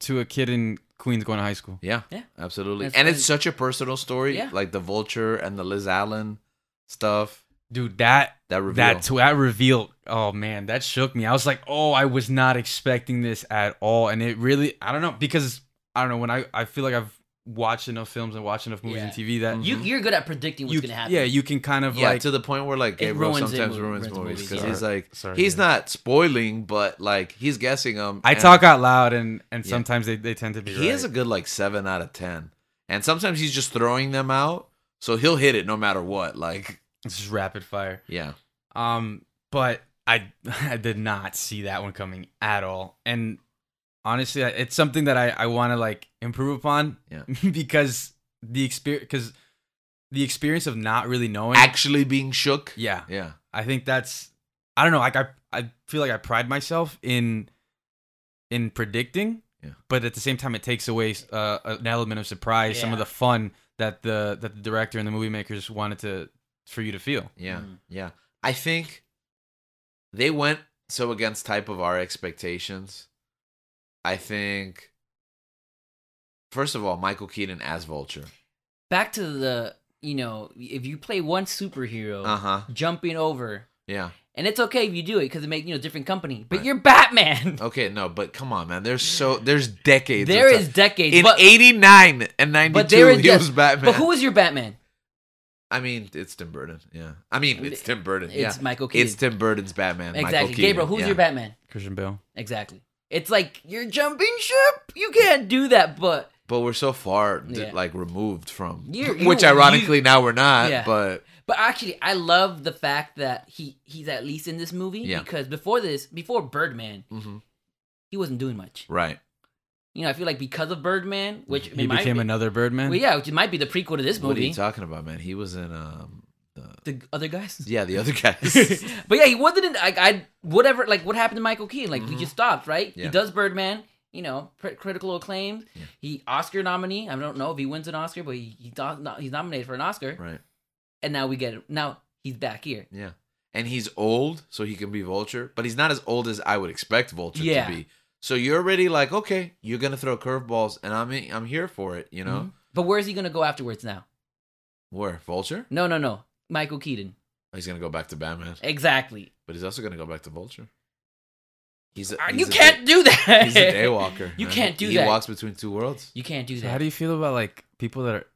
to a kid in Queens going to high school.
Yeah.
Yeah.
Absolutely.
That's
and
right.
it's such a personal story.
Yeah.
Like the vulture and the Liz Allen stuff.
Dude, that
That reveal.
that tw- that reveal, oh man, that shook me. I was like, "Oh, I was not expecting this at all." And it really, I don't know, because I don't know when I I feel like I've watched enough films and watched enough movies and
Yeah.
TV that
Mhm.
you you're good at predicting what's
Mm-hmm. you
gonna happen.
yeah, you can kind of
yeah,
like
to the point where like
It
Gabriel
ruins it,
sometimes
mo-
ruins
ruins
movies
movies,
because
yeah.
he's like
Sorry,
he's
yeah.
not spoiling, but like he's guessing them.
I
and
talk out loud and and
Yeah.
sometimes they, they tend to be
He is a
right.
good like seven out of ten, and sometimes he's just throwing them out, so he'll hit it no matter what. Like
it's just rapid fire.
yeah,
Um, but I (laughs) I did not see that one coming at all. And honestly, I- it's something that I I want to like improve upon.
Yeah.
(laughs) because the experience because the experience of not really knowing.
actually being shook.
yeah,
Yeah.
I think that's I don't know. Like I I feel like I pride myself in in predicting.
Yeah.
But at the same time, it takes away uh, an element of surprise, some of
Yeah.
the fun that the that the director and the movie makers wanted to for you to feel.
Yeah,
Mm.
yeah. I think they went so against type of our expectations. I think first of all, Michael Keaton as Vulture.
Back to the you know, if you play one superhero,
Uh-huh.
Uh huh.
jumping over
Yeah.
and it's okay if you do it because it makes you know different company. But
Right.
you're Batman. (laughs)
Okay, no, but come on, man. There's
(sighs)
so there's decades. of
there
time.
is decades,
in
but
'89 and
but there
'92
is
he
yes,
was Batman.
But who was your Batman?
I mean, it's Tim Burton. Yeah. I mean, it's Tim Burton.
It's
Yeah.
Michael Keaton.
It's Tim Burton's Batman. Michael
exactly,
Keaton,
Gabriel. Who's
yeah.
your Batman?
Christian Bale.
Exactly. It's like you're jumping ship. You can't do that, but
But we're so far d-
Yeah.
like removed from,
You-
(laughs) which
you-
ironically now we're not.
Yeah.
But
But actually, I love the fact that he he's at least in this movie
Yeah.
because before this, before Birdman,
mhm,
he wasn't doing much.
right,
You know, I feel like because of Birdman, which
he
it might
became
be,
another Birdman.
well, yeah, which it might be the prequel to this
what are you
movie.
talking about, man? He was in
(laughs)
um,
the other guys.
yeah, the other guys.
(laughs) but yeah, he wasn't in. Like I, whatever, like what happened to Michael Keaton? Like he
Mhm.
just stopped, right? He
Yeah.
does Birdman. You know, pr- critical acclaim.
Yeah.
He Oscar nominee. I don't know if he wins an Oscar, but he, he's, not, not- he's nominated for an Oscar.
right,
And now we get him. Now he's back here.
yeah. And he's old, so he can be Vulture, but he's not as old as I would expect Vulture
Yeah.
to be. So you're already like, okay, you're gonna throw curveballs, and I'm I'm here for it. You know,
Mhm. But where is he gonna go afterwards now? Mm-hmm.
where Vulture?
No, no, no. Michael Keaton.
He's gonna go back to Batman,
Exactly.
but he's also gonna go back to Vulture. He's a,
Ah,
he's
you
a-
can't do that.
He's
(laughs)
a daywalker.
You
man.
can't do
he
that.
He walks between two worlds.
You can't do
So
that.
how do you feel about like people that are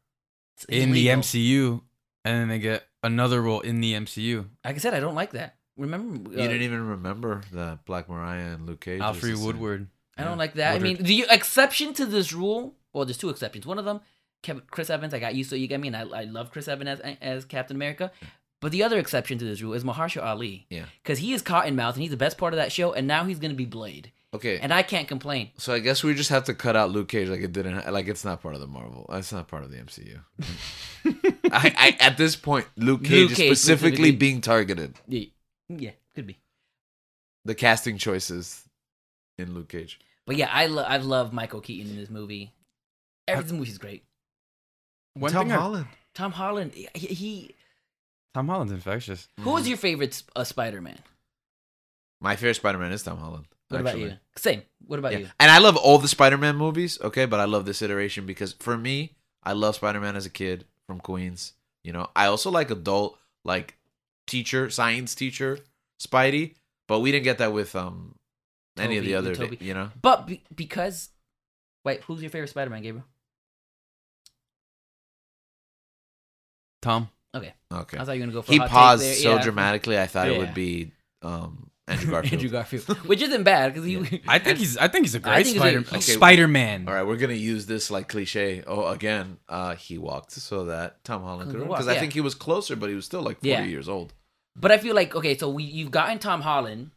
It's
in the
illegal.
MCU and then they get another role in the MCU?
Like I said, I don't like that. Remember, uh,
You didn't even remember that Black Mariah and Luke Cage. was
Alfred
the same.
Woodward.
I don't
Yeah.
like that. I mean, the exception to this rule. Well, there's two exceptions. One of them, Kevin, Chris Evans. I got you, so you get me, and I, I love Chris Evans as, as Captain America. But the other exception to this rule is Mahershala Ali.
Yeah.
Because he is Cottonmouth, and he's the best part of that show, and now he's gonna be Blade,
Okay,
and I can't complain.
so I guess we just have to cut out Luke Cage, like it didn't. Like it's not part of the Marvel. It's not part of the MCU. I, I at this point, Luke Cage
Luke
is
Cage
specifically
specifically.
being targeted.
Yeah, yeah, could be.
The casting choices in Luke Cage.
But yeah, I lo- I love Michael Keaton in this movie. Every, this movie's great.
One
Tom
thing I-
Holland.
Tom Holland. He. he
Tom Holland's infectious.
who was your favorite sp- uh, Spider Man?
Mm. My favorite Spider-Man is Tom Holland.
What
actually.
about you? Same. What about
Yeah.
you?
And I love all the Spider-Man movies, okay, but I love this iteration because for me, I love Spider-Man as a kid from Queens. You know, I also like adult, like teacher, science teacher, Spidey, but we didn't get that with um any of
Toby,
the other,
with Toby.
you know.
But be- because, wait, who's your favorite Spider Man, Gabriel?
Tom.
Okay,
I thought you were gonna go for
he
a hot take
paused
there.
so
Yeah. (laughs)
dramatically. I thought it
Yeah.
would be
(laughs)
um Andrew Garfield.
Andrew Garfield, which isn't bad because he.
I think he's. I think he's a
I
great
think he's a-
Spider.
okay.
Spider Man.
All right, we're gonna use this like cliche. Oh, again, uh, he walked so that Tom Holland could
walk,
because
yeah.
I think he was closer, but he was still like forty
Yeah.
years old.
But I feel like okay, so we you've gotten Tom Holland,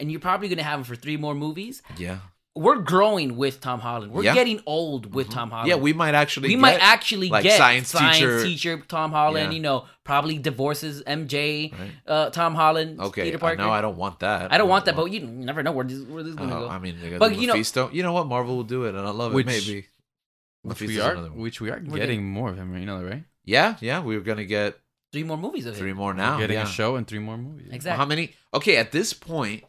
and you're probably gonna have him for three more movies.
Yeah,
We're growing with Tom Holland. We're
Yeah. Mm-hmm.
getting old with Tom Holland.
yeah, we might actually
we might
get-
actually
like,
get science,
science
teacher,
teacher-
Tom Holland.
Yeah.
You know, probably divorces MJ,
Right.
uh, Tom Holland,
Okay,
Peter
I
Parker.
know I don't want that.
I don't want that, but you never know where this where this is gonna
Uh,
go.
I mean, they
But,
but
you
you
know-
Mephisto. you know what? Marvel will do it, and I love
Which-
it. Maybe.
Which
Mephisto's
we are.
another one.
Which we are
We're
getting more of him. You know that, right?
Yeah, yeah. We were gonna get
three more movies of
three
it.
more
We're
now.
getting
yeah.
a show and three more movies.
Well,
Exactly.
How many? Okay, at this point,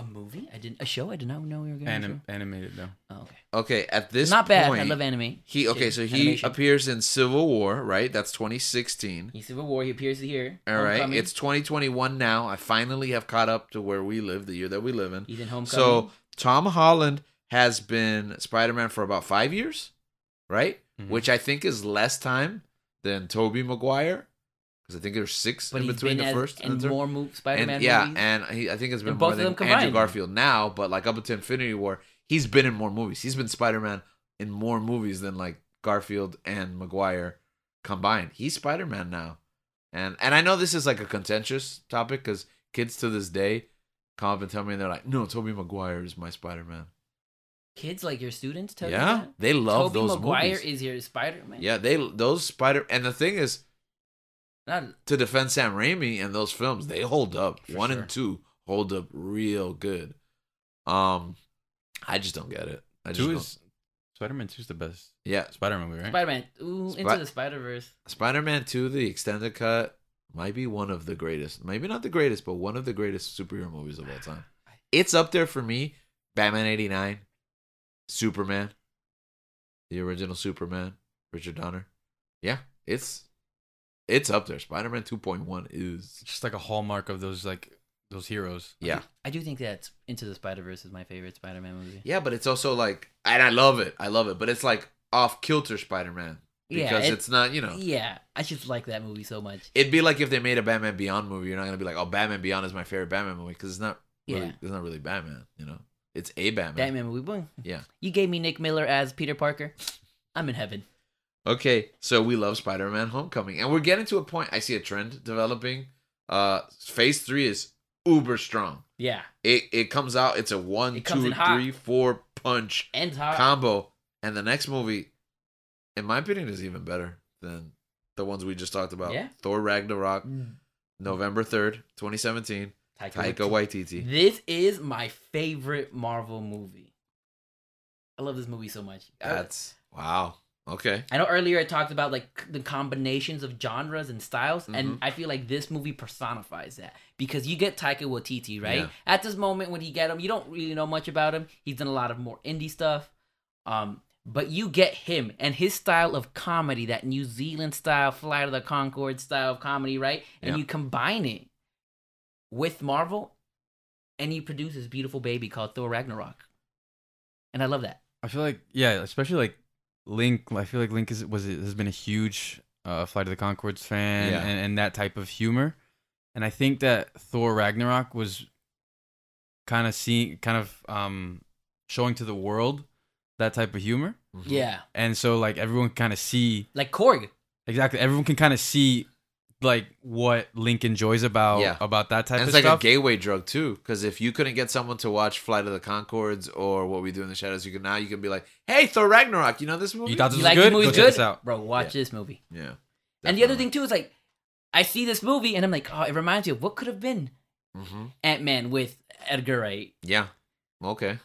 A movie? I didn't. A show? I did not know we were going to.
Anim- animated though.
Oh, okay.
okay, at this
Not bad. I
point,
love anime.
He okay,
Shit.
so he
Animation.
appears in Civil War, right? That's 2016.
He's Civil War. He appears here.
All right,
Homecoming.
it's 2021 now. I finally have caught up to where we live, the year that we live in.
he's in Homecoming.
So Tom Holland has been Spider-Man for about five years, right?
Mm-hmm.
Mhm.
Which I think is less time than Toby Maguire, because I think there's six
but
in
he's
between
been
the
as-
first
and
the third.
more move Spider-Man
and yeah,
movies.
and he, I think it's been
And
more
both of
than
them combined.
Andrew Garfield now, but like up until Infinity War, he's been in more movies. He's been Spider-Man in more movies than like Garfield and Maguire combined. He's Spider-Man now, and and I know this is like a contentious topic because kids to this day come up and tell me they're like, no, Tobey Maguire is my Spider-Man.
kids like your students tell you
yeah,
that?
they love
Tobey
those
Maguire
movies.
is your Spider-Man.
yeah, they those Spider and the thing is
Not,
to defend Sam Raimi and those films, they hold up.
For
One
sure.
and two hold up real good. Um, I just don't get it. I just
Two
don't-
is Spider Man. Two's the best
yeah.
Spider Man movie, right?
Spider-Man. Ooh,
Spi-
Into the Spider-Verse.
Spider-Man Two, the extended cut, might be one of the greatest. Maybe not the greatest, but one of the greatest superhero movies of all time. It's up there for me. Batman '89, Superman, the original Superman, Richard Donner. Yeah, it's It's up there. Spider Man 2.1 is.
It's just like a hallmark of those like those heroes.
Yeah.
I do think that Into the Spider Verse is my favorite Spider Man movie.
Yeah, but it's also like. And I love it. I love it. But it's like off kilter Spider Man.
Yeah,
Because
it-
it's not, you know.
Yeah, I just like that movie so much.
It'd be like if they made a Batman Beyond movie. You're not gonna be like, "Oh, Batman Beyond is my favorite Batman movie" because it's not really,
Yeah.
it's not really Batman. You know, it's a Batman.
Batman movie. boom.
Yeah.
You gave me Nick Miller as Peter Parker. I'm in heaven.
Okay, so we love Spider-Man: Homecoming, and we're getting to a point. I see a trend developing. Uh, Phase three is uber strong.
Yeah.
It it comes out. It's a one,
It comes
two,
in hot.
three, four punch
And hot.
combo, and the next movie, in my opinion, is even better than the ones we just talked about.
Yeah.
Thor Ragnarok, November third, 2017.
Mm. Taika
Taika
Waititi.
Waititi.
This is my favorite Marvel movie. I love this movie so much. I-
That's wow. Okay.
I know earlier I talked about like c- the combinations of genres and styles,
Mm-hmm.
and I feel like this movie personifies that because you get Taika Waititi right
Yeah.
at this moment when you get him, you don't really know much about him. He's done a lot of more indie stuff, um, but you get him and his style of comedy, that New Zealand style, Flight of the Concord style of comedy, right? And
Yeah.
you combine it with Marvel, and you produce this beautiful baby called Thor Ragnarok, and I love that.
I feel like yeah, especially like Link. I feel like Link is was has been a huge uh, Flight of the Concords fan
Yeah.
and, and that type of humor, and I think that Thor Ragnarok was kind of seeing, kind of um, showing to the world that type of humor,
Mm-hmm.
Yeah,
and so like everyone kind of see
like Korg.
exactly everyone can kind of see like what Link enjoys about
Yeah.
about that type
And
of
it's like
stuff.
a gateway drug too, because if you couldn't get someone to watch Flight of the Concords or What We Do in the Shadows, you can now you can be like, "Hey, Thor Ragnarok, you know this movie?"
you thought this
You like
was good?
this movie?
Go
It's
check
good,
this out.
bro. Watch
Yeah.
this movie.
yeah.
And the other thing too is like, I see this movie and I'm like, oh, it reminds me of what could have been
hmm
Ant Man with Edgar Wright.
yeah, okay,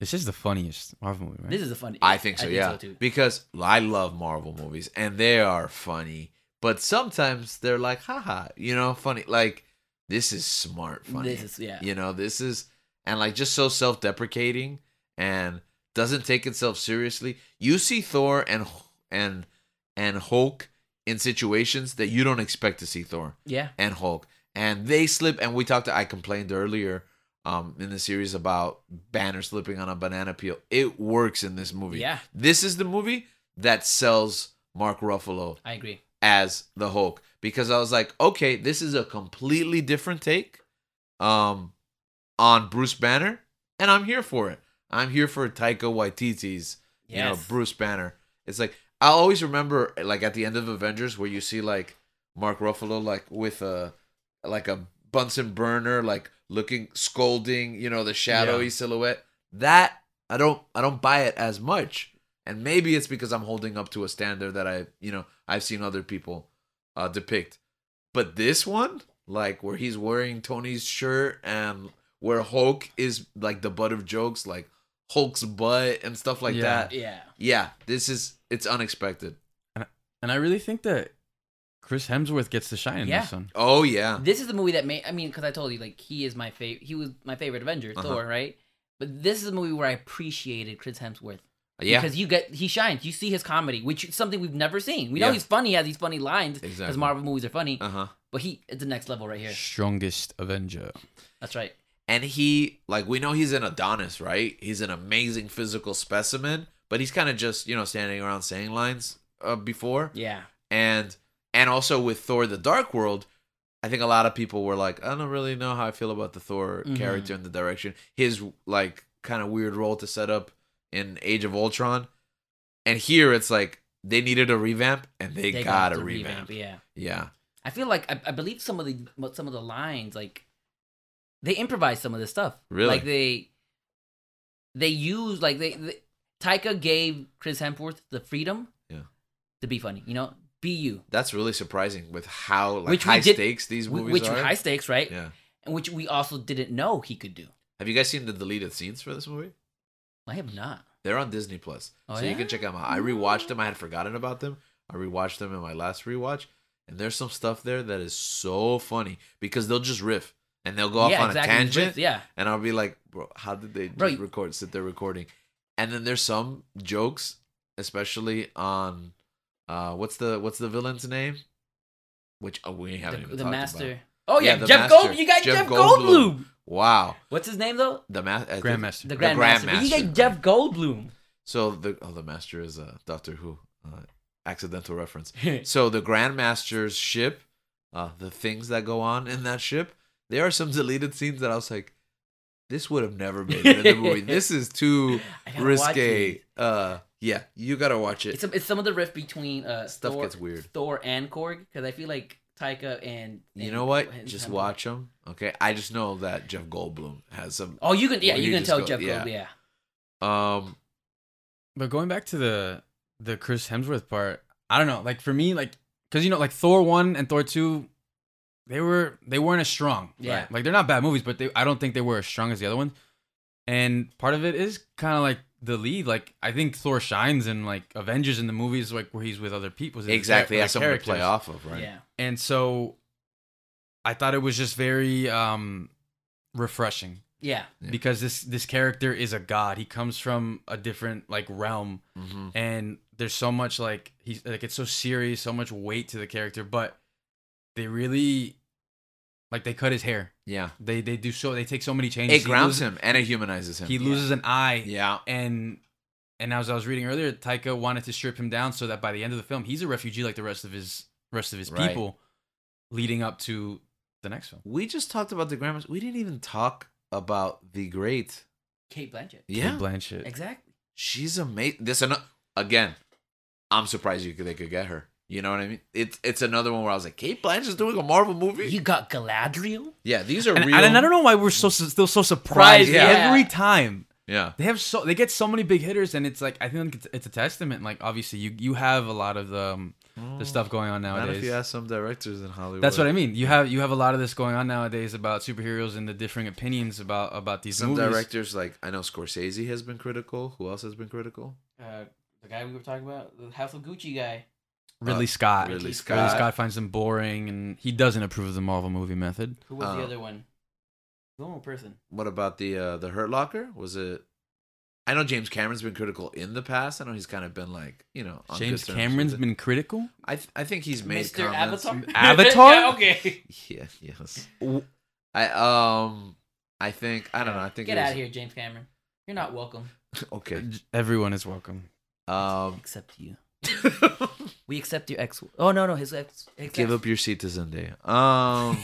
This is the funniest Marvel movie, right?
This is a fun.
I think so. yeah,
too.
because I love Marvel movies and they are funny, but sometimes they're like, haha, you know, funny. Like this is smart funny.
This is yeah.
you know this is and like just so self-deprecating and doesn't take itself seriously you see thor and and and hulk in situations that you don't expect to see thor
Yeah.
and hulk and they slip and we talked to i complained earlier um in the series about banner slipping on a banana peel it works in this movie
Yeah.
this is the movie that sells mark ruffalo
I agree.
as the Hulk because I was like, okay, this is a completely different take um on Bruce Banner and I'm here for it. I'm here for Taika Waititi's, you know,
Yes.
Bruce Banner. It's like I always remember like at the end of Avengers where you see like Mark Ruffalo like with a like a Bunsen burner like looking scolding, you know, the shadowy silhouette. That I don't I don't buy it as much. And maybe it's because I'm holding up to a standard that I, you know, I've seen other people uh depict. But this one, like where he's wearing Tony's shirt and where Hulk is like the butt of jokes, like Hulk's butt and stuff like
Yeah.
that.
Yeah.
Yeah, this is it's unexpected.
and I really think that Chris Hemsworth gets to shine in
Yeah.
this one.
Oh yeah.
This is the movie that made. I mean, because I told you, like, he is my favorite. He was my favorite Avenger,
Uh-huh.
Thor, right? But this is a movie where I appreciated Chris Hemsworth
Yeah.
because you get he shines. You see his comedy, which is something we've never seen. We know
Yeah.
he's funny, he has these funny lines because
Exactly.
Marvel movies are funny.
Uh-huh.
but he it's the next level right here.
Strongest Avenger.
That's right.
and he like we know he's an adonis right he's an amazing physical specimen but he's kind of just you know standing around saying lines uh, before
Yeah.
and and also with thor the dark world i think a lot of people were like i don't really know how i feel about the thor
Mhm.
character and the direction his like kind of weird role to set up in age of ultron and here it's like they needed a revamp and they, got, a
the
revamp,
Yeah.
yeah
I feel like I, I believe some of the some of the lines like they improvise some of this stuff.
Really?
Like they they use like they, they Taika gave Chris Hemsworth the freedom
Yeah.
to be funny, you know? Be you.
that's really surprising with how like
Which we
high
did-
stakes these
Wh-
movies
Which
are
were high stakes, right?
yeah
And which we also didn't know he could do.
have you guys seen the deleted scenes for this movie
I have not.
They're on Disney Plus,
Oh,
so
yeah?
you can check them out. I rewatched them. I had forgotten about them. I rewatched them in my last rewatch, and there's some stuff there that is so funny because they'll just riff and they'll go off on a
He's
tangent,
with- Yeah.
and I'll be like, "Bro, how did they
Bro,
just
you-
record? Sit there recording?" And then there's some jokes, especially on, uh, what's the what's the villain's name? which oh, we haven't
The,
even
the
talked
master.
about.
Oh
Yeah,
yeah,
the
Jeff
master.
Gold. You got
Jeff
Jeff,
Goldblum.
Goldblum.
Wow,
What's his name though?
the master,
Grandmaster.
The
The
Grandmaster. But you
Grandmaster.
got Jeff Goldblum. (laughs)
So the oh, the master is uh, Doctor Who, uh, accidental reference. So the Grandmaster's ship, uh, the things that go on in that ship, there are some deleted scenes that I was like, this would have never been in the movie. This
(laughs)
is too
I gotta watch
risque.
it.
Uh, yeah, you gotta watch it.
It's, it's some of the rift between uh,
Stuff
Thor,
gets weird.
Thor and Korg because I feel like Taika and,
you
and-
know what?
and
Just
Hemsworth-
watch them. Okay, I just know that Jeff Goldblum has some.
Oh, you can yeah,
Well,
you
you
can
just
tell
go-
Jeff
yeah.
Goldblum. Yeah,
Um,
But going back to the the Chris Hemsworth part, I don't know. Like for me, like because you know, like Thor one and Thor two, they were they weren't as strong.
Yeah.
Like they're not bad movies, but they I don't think they were as strong as the other one. And part of it is kind of like the lead. Like I think Thor shines in like Avengers in the movies, like where he's with other people. with
exactly.
other
That's something to play off
characters.
of, right?
yeah.
And so, I thought it was just very um refreshing
Yeah.
Yeah.
because this this character is a god. He comes from a different like realm
hmm
and there's so much like he's like it's so serious, so much weight to the character, but they really like they cut his hair.
Yeah,
They they do so they take so many changes.
it grounds
he
him and it humanizes him.
loses, He loses an eye,
yeah,
and and as I was reading earlier, Taika wanted to strip him down so that by the end of the film, he's a refugee like the rest of his rest of his
Right.
people, leading up to the next film.
We just talked about the grandmas. We didn't even talk about the great.
Kate Blanchett.
Yeah,
Kate Blanchett.
Exactly.
she's amazing. This ano- again. I'm surprised you could, they could get her. You know what I mean? It's it's another one where I was like, Kate Blanchett's doing a Marvel movie.
You got Galadriel.
yeah, these are
And,
real.
and I don't know why we're so still so surprised
Yeah.
every time.
Yeah,
they have so they get so many big hitters and it's like i think it's, it's a testament like obviously you you have a lot of the um, the stuff going on
Not if you
nowadays
ask some directors in Hollywood.
that's what i mean you have you have a lot of this going on nowadays about superheroes and the differing opinions about about these
Some
movies
directors like I know Scorsese has been critical. Who else has been critical?
Uh, the guy we were talking about, the House of Gucci guy.
ridley scott
uh, Ridley
Uh, ridley
Scott.
scott. finds them boring and he doesn't approve of the marvel movie method
Who was
Uh,
the other one? Normal person.
What about the uh, the Hurt Locker? Was it? I know James Cameron's been critical in the past. I know he's kind of been like you know. on
james
good terms
cameron's
with it.
been critical
I th- I think he's made
Mr.
comments.
Avatar. (laughs)
Avatar?
yeah, okay.
(laughs) Yeah. Yes. I um. I think I don't know. I think
Get
it was-
out of here, James Cameron. You're not welcome.
Okay.
J- everyone is welcome
(laughs) Um.
Except you. (laughs) We accept your ex. Oh no, no, his ex. ex
give up your seat to Zendaya.
(laughs)
Um.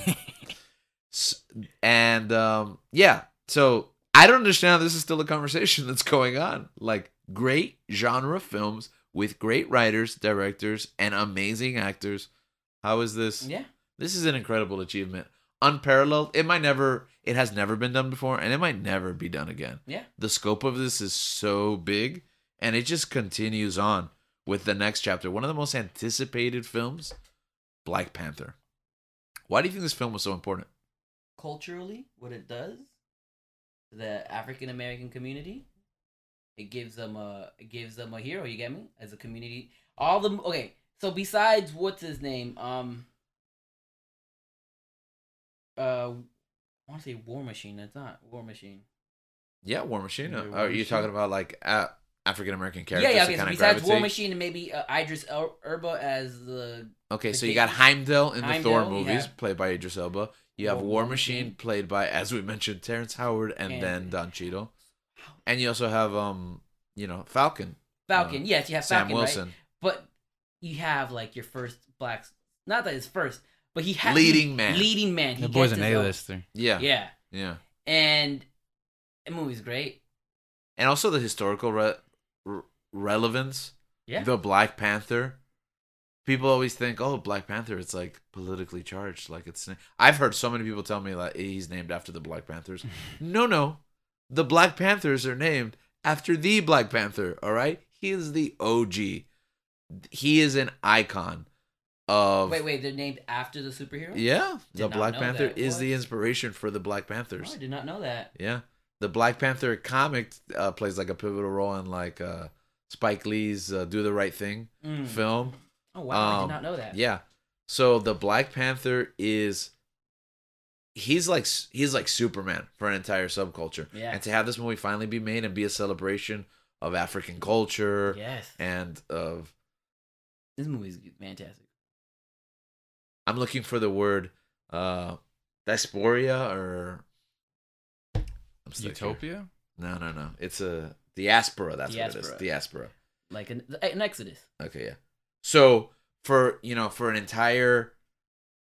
s- and um. Yeah. So I don't understand how this is still a conversation that's going on. Like great genre films with great writers, directors, and amazing actors. How is this?
Yeah.
This is an incredible achievement. Unparalleled. It might never it has never been done before and it might never be done again.
Yeah.
The scope of this is so big and it just continues on with the next chapter. One of the most anticipated films, Black Panther. Why do you think this film was so important?
Culturally, what it does, to the African American community, it gives them a it gives them a hero. You get me? As a community, all the okay. So besides what's his name, um, uh, I want to say War Machine. That's not War Machine.
Yeah, War Machine.
Yeah,
Uh,
War
Are you
Machine.
talking about like uh, African American
Yeah,
characters? that
yeah. Okay, so
kinda
besides War
gravitate?
Machine and maybe uh, Idris El- Elba as the
Okay,
The
so you
king.
got Heimdall in the Thor
Heimdall,
movies,
yeah.
played by Idris Elba. You have
War
War
Machine.
Machine, played by, as we (laughs) mentioned, Terrence Howard, and,
And-
then Don Cheadle. And you also have, um, you know, Falcon,
Falcon.
Uh,
yes, you have
Sam
Falcon, right?
Wilson,
but you have like your first black not that it's first but he has
leading man.
leading man he
the boy's
gets
an
his own-
a-lister
yeah, yeah,
yeah and the movie's great
And also the historical re- re- relevance.
Yeah.
The Black Panther. People always think, oh, Black Panther, it's like politically charged, like it's. I've heard so many people tell me that he's named after the Black Panthers.
(laughs)
No, no. The Black Panthers are named after the Black Panther, all right? He is the OG. He is an icon of.
wait wait they're named after the superhero
Yeah. The
not
Black
know
Panther
that.
is
What?
the inspiration for the Black
oh,
Panthers.
i did not know that
Yeah. The Black Panther comic uh, plays like a pivotal role in like uh, Spike Lee's uh, Do the Right Thing
Mm.
film.
oh wow i
Um,
did not know that
Yeah. So the Black Panther is he's like he's like Superman for an entire subculture.
Yeah.
And to have this movie finally be made and be a celebration of African culture
yes
and of
this movie's fantastic
I'm looking for the word uh diaspora or I'm stuck here.
Utopia?
No, no, no. It's a diaspora. That's what it
Diaspora.
is. Diaspora.
like an, an exodus.
Okay, yeah. So for you know, for an entire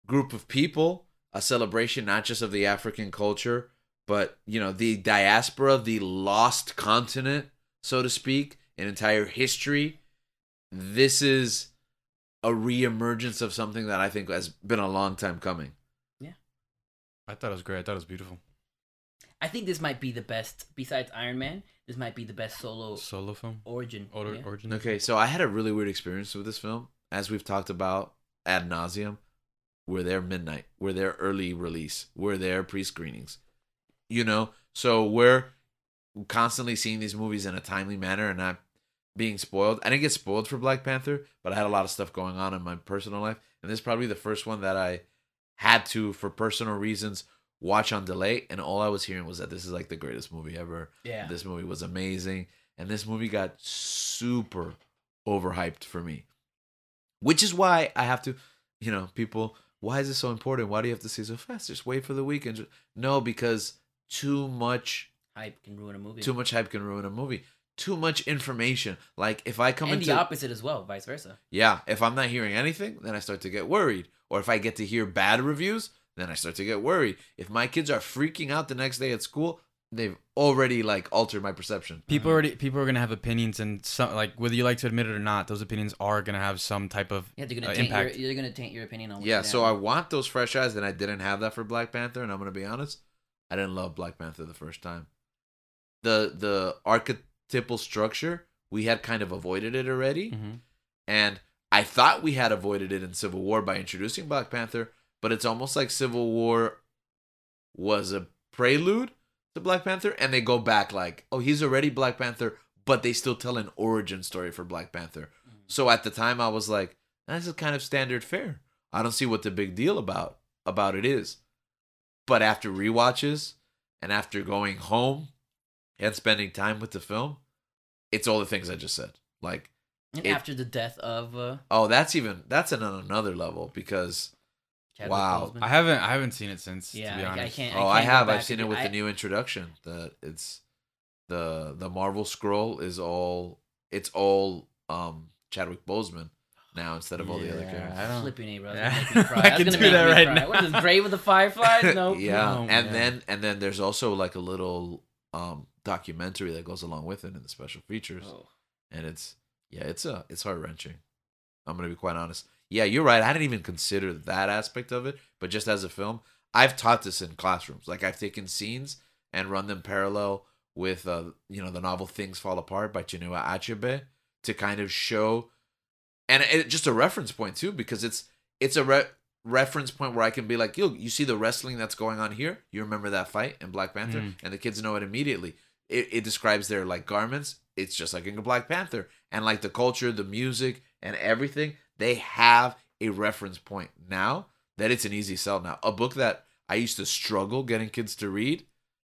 group of people, a celebration not just of the African culture, but you know, the diaspora, the lost continent, so to speak, an entire history. This is a reemergence of something that I think has been a long time coming.
I thought it was great. I thought it was beautiful.
I think this might be the best, besides Iron Man, this might be the best solo
Solo film?
origin.
Order,
yeah.
Origin?
Okay, so I had a really weird experience with this film, as we've talked about ad nauseum. We're there midnight. We're there early release. We're there pre screenings. You know, so we're constantly seeing these movies in a timely manner and not being spoiled. I didn't get spoiled for Black Panther, but I had a lot of stuff going on in my personal life, and this is probably the first one that I had to, for personal reasons, watch on delay. And all I was hearing was that this is like the greatest movie ever.
yeah.
This movie was amazing. And this movie got super overhyped for me. Which is why I have to, you know, people, why is this so important? Why do you have to see so fast? Just wait for the weekend. No, because too much
Hype can ruin a movie.
too much hype can ruin a movie. Too much information. Like if I come
and
into
the opposite as well, vice versa.
yeah, if I'm not hearing anything, then I start to get worried. Or if I get to hear bad reviews, then I start to get worried. If my kids are freaking out the next day at school, they've already like altered my perception.
People
Uh-huh.
already people are gonna have opinions and some like whether you like to admit it or not, those opinions are gonna have some type of
Yeah, they're gonna
Uh,
taint your,
impact.
they're gonna taint your opinion on. what's
Yeah, so I
happening.
want those fresh eyes, and I didn't have that for Black Panther. And I'm gonna be honest, I didn't love Black Panther the first time. The the archetypal structure we had kind of avoided it already, and I thought we had avoided it in Civil War by introducing Black Panther, but it's almost like Civil War was a prelude to Black Panther, and they go back like, oh, he's already Black Panther, but they still tell an origin story for Black Panther. So at the time, I was like, this is kind of standard fare. I don't see what the big deal about about it is. But after rewatches and after going home and spending time with the film, it's all the things I just said. Like,
And
it-
after the death of uh,
oh, that's even that's on another level because
Chadwick
Wow.
Boseman.
I haven't I haven't seen it since.
Yeah,
to be
I- I
honest.
can't-
oh, I
go
have
back
I've seen
and-
it with
I-
the new introduction. The it's the the Marvel scroll is all it's all um Chadwick Boseman now instead of all the other
(laughs)
Yeah.
characters.
I don't-
Flipping A, bro.
Yeah.
That's gonna make me cry.
(laughs) I
That's
can
gonna
do
make
that
me
right
cry.
now.
What is this, Brave with
(laughs)
the
(laughs)
Fireflies? Nope.
yeah,
No,
and
yeah.
then and then there's also like a little um documentary that goes along with it in the special features,
Oh.
and it's yeah, it's a it's heart wrenching. I'm gonna be quite honest. Yeah, you're right. I didn't even consider that aspect of it, but just as a film, I've taught this in classrooms. Like I've taken scenes and run them parallel with uh you know the novel Things Fall Apart by Chinua Achebe to kind of show, and it, just a reference point too because it's it's a re- reference point where I can be like, yo, you see the wrestling that's going on here? You remember that fight in Black Panther?
Mm.
And the kids know it immediately. It, it describes their like garments. It's just like in Black Panther. And like the culture, the music, and everything, they have a reference point now that it's an easy sell now. A book that I used to struggle getting kids to read,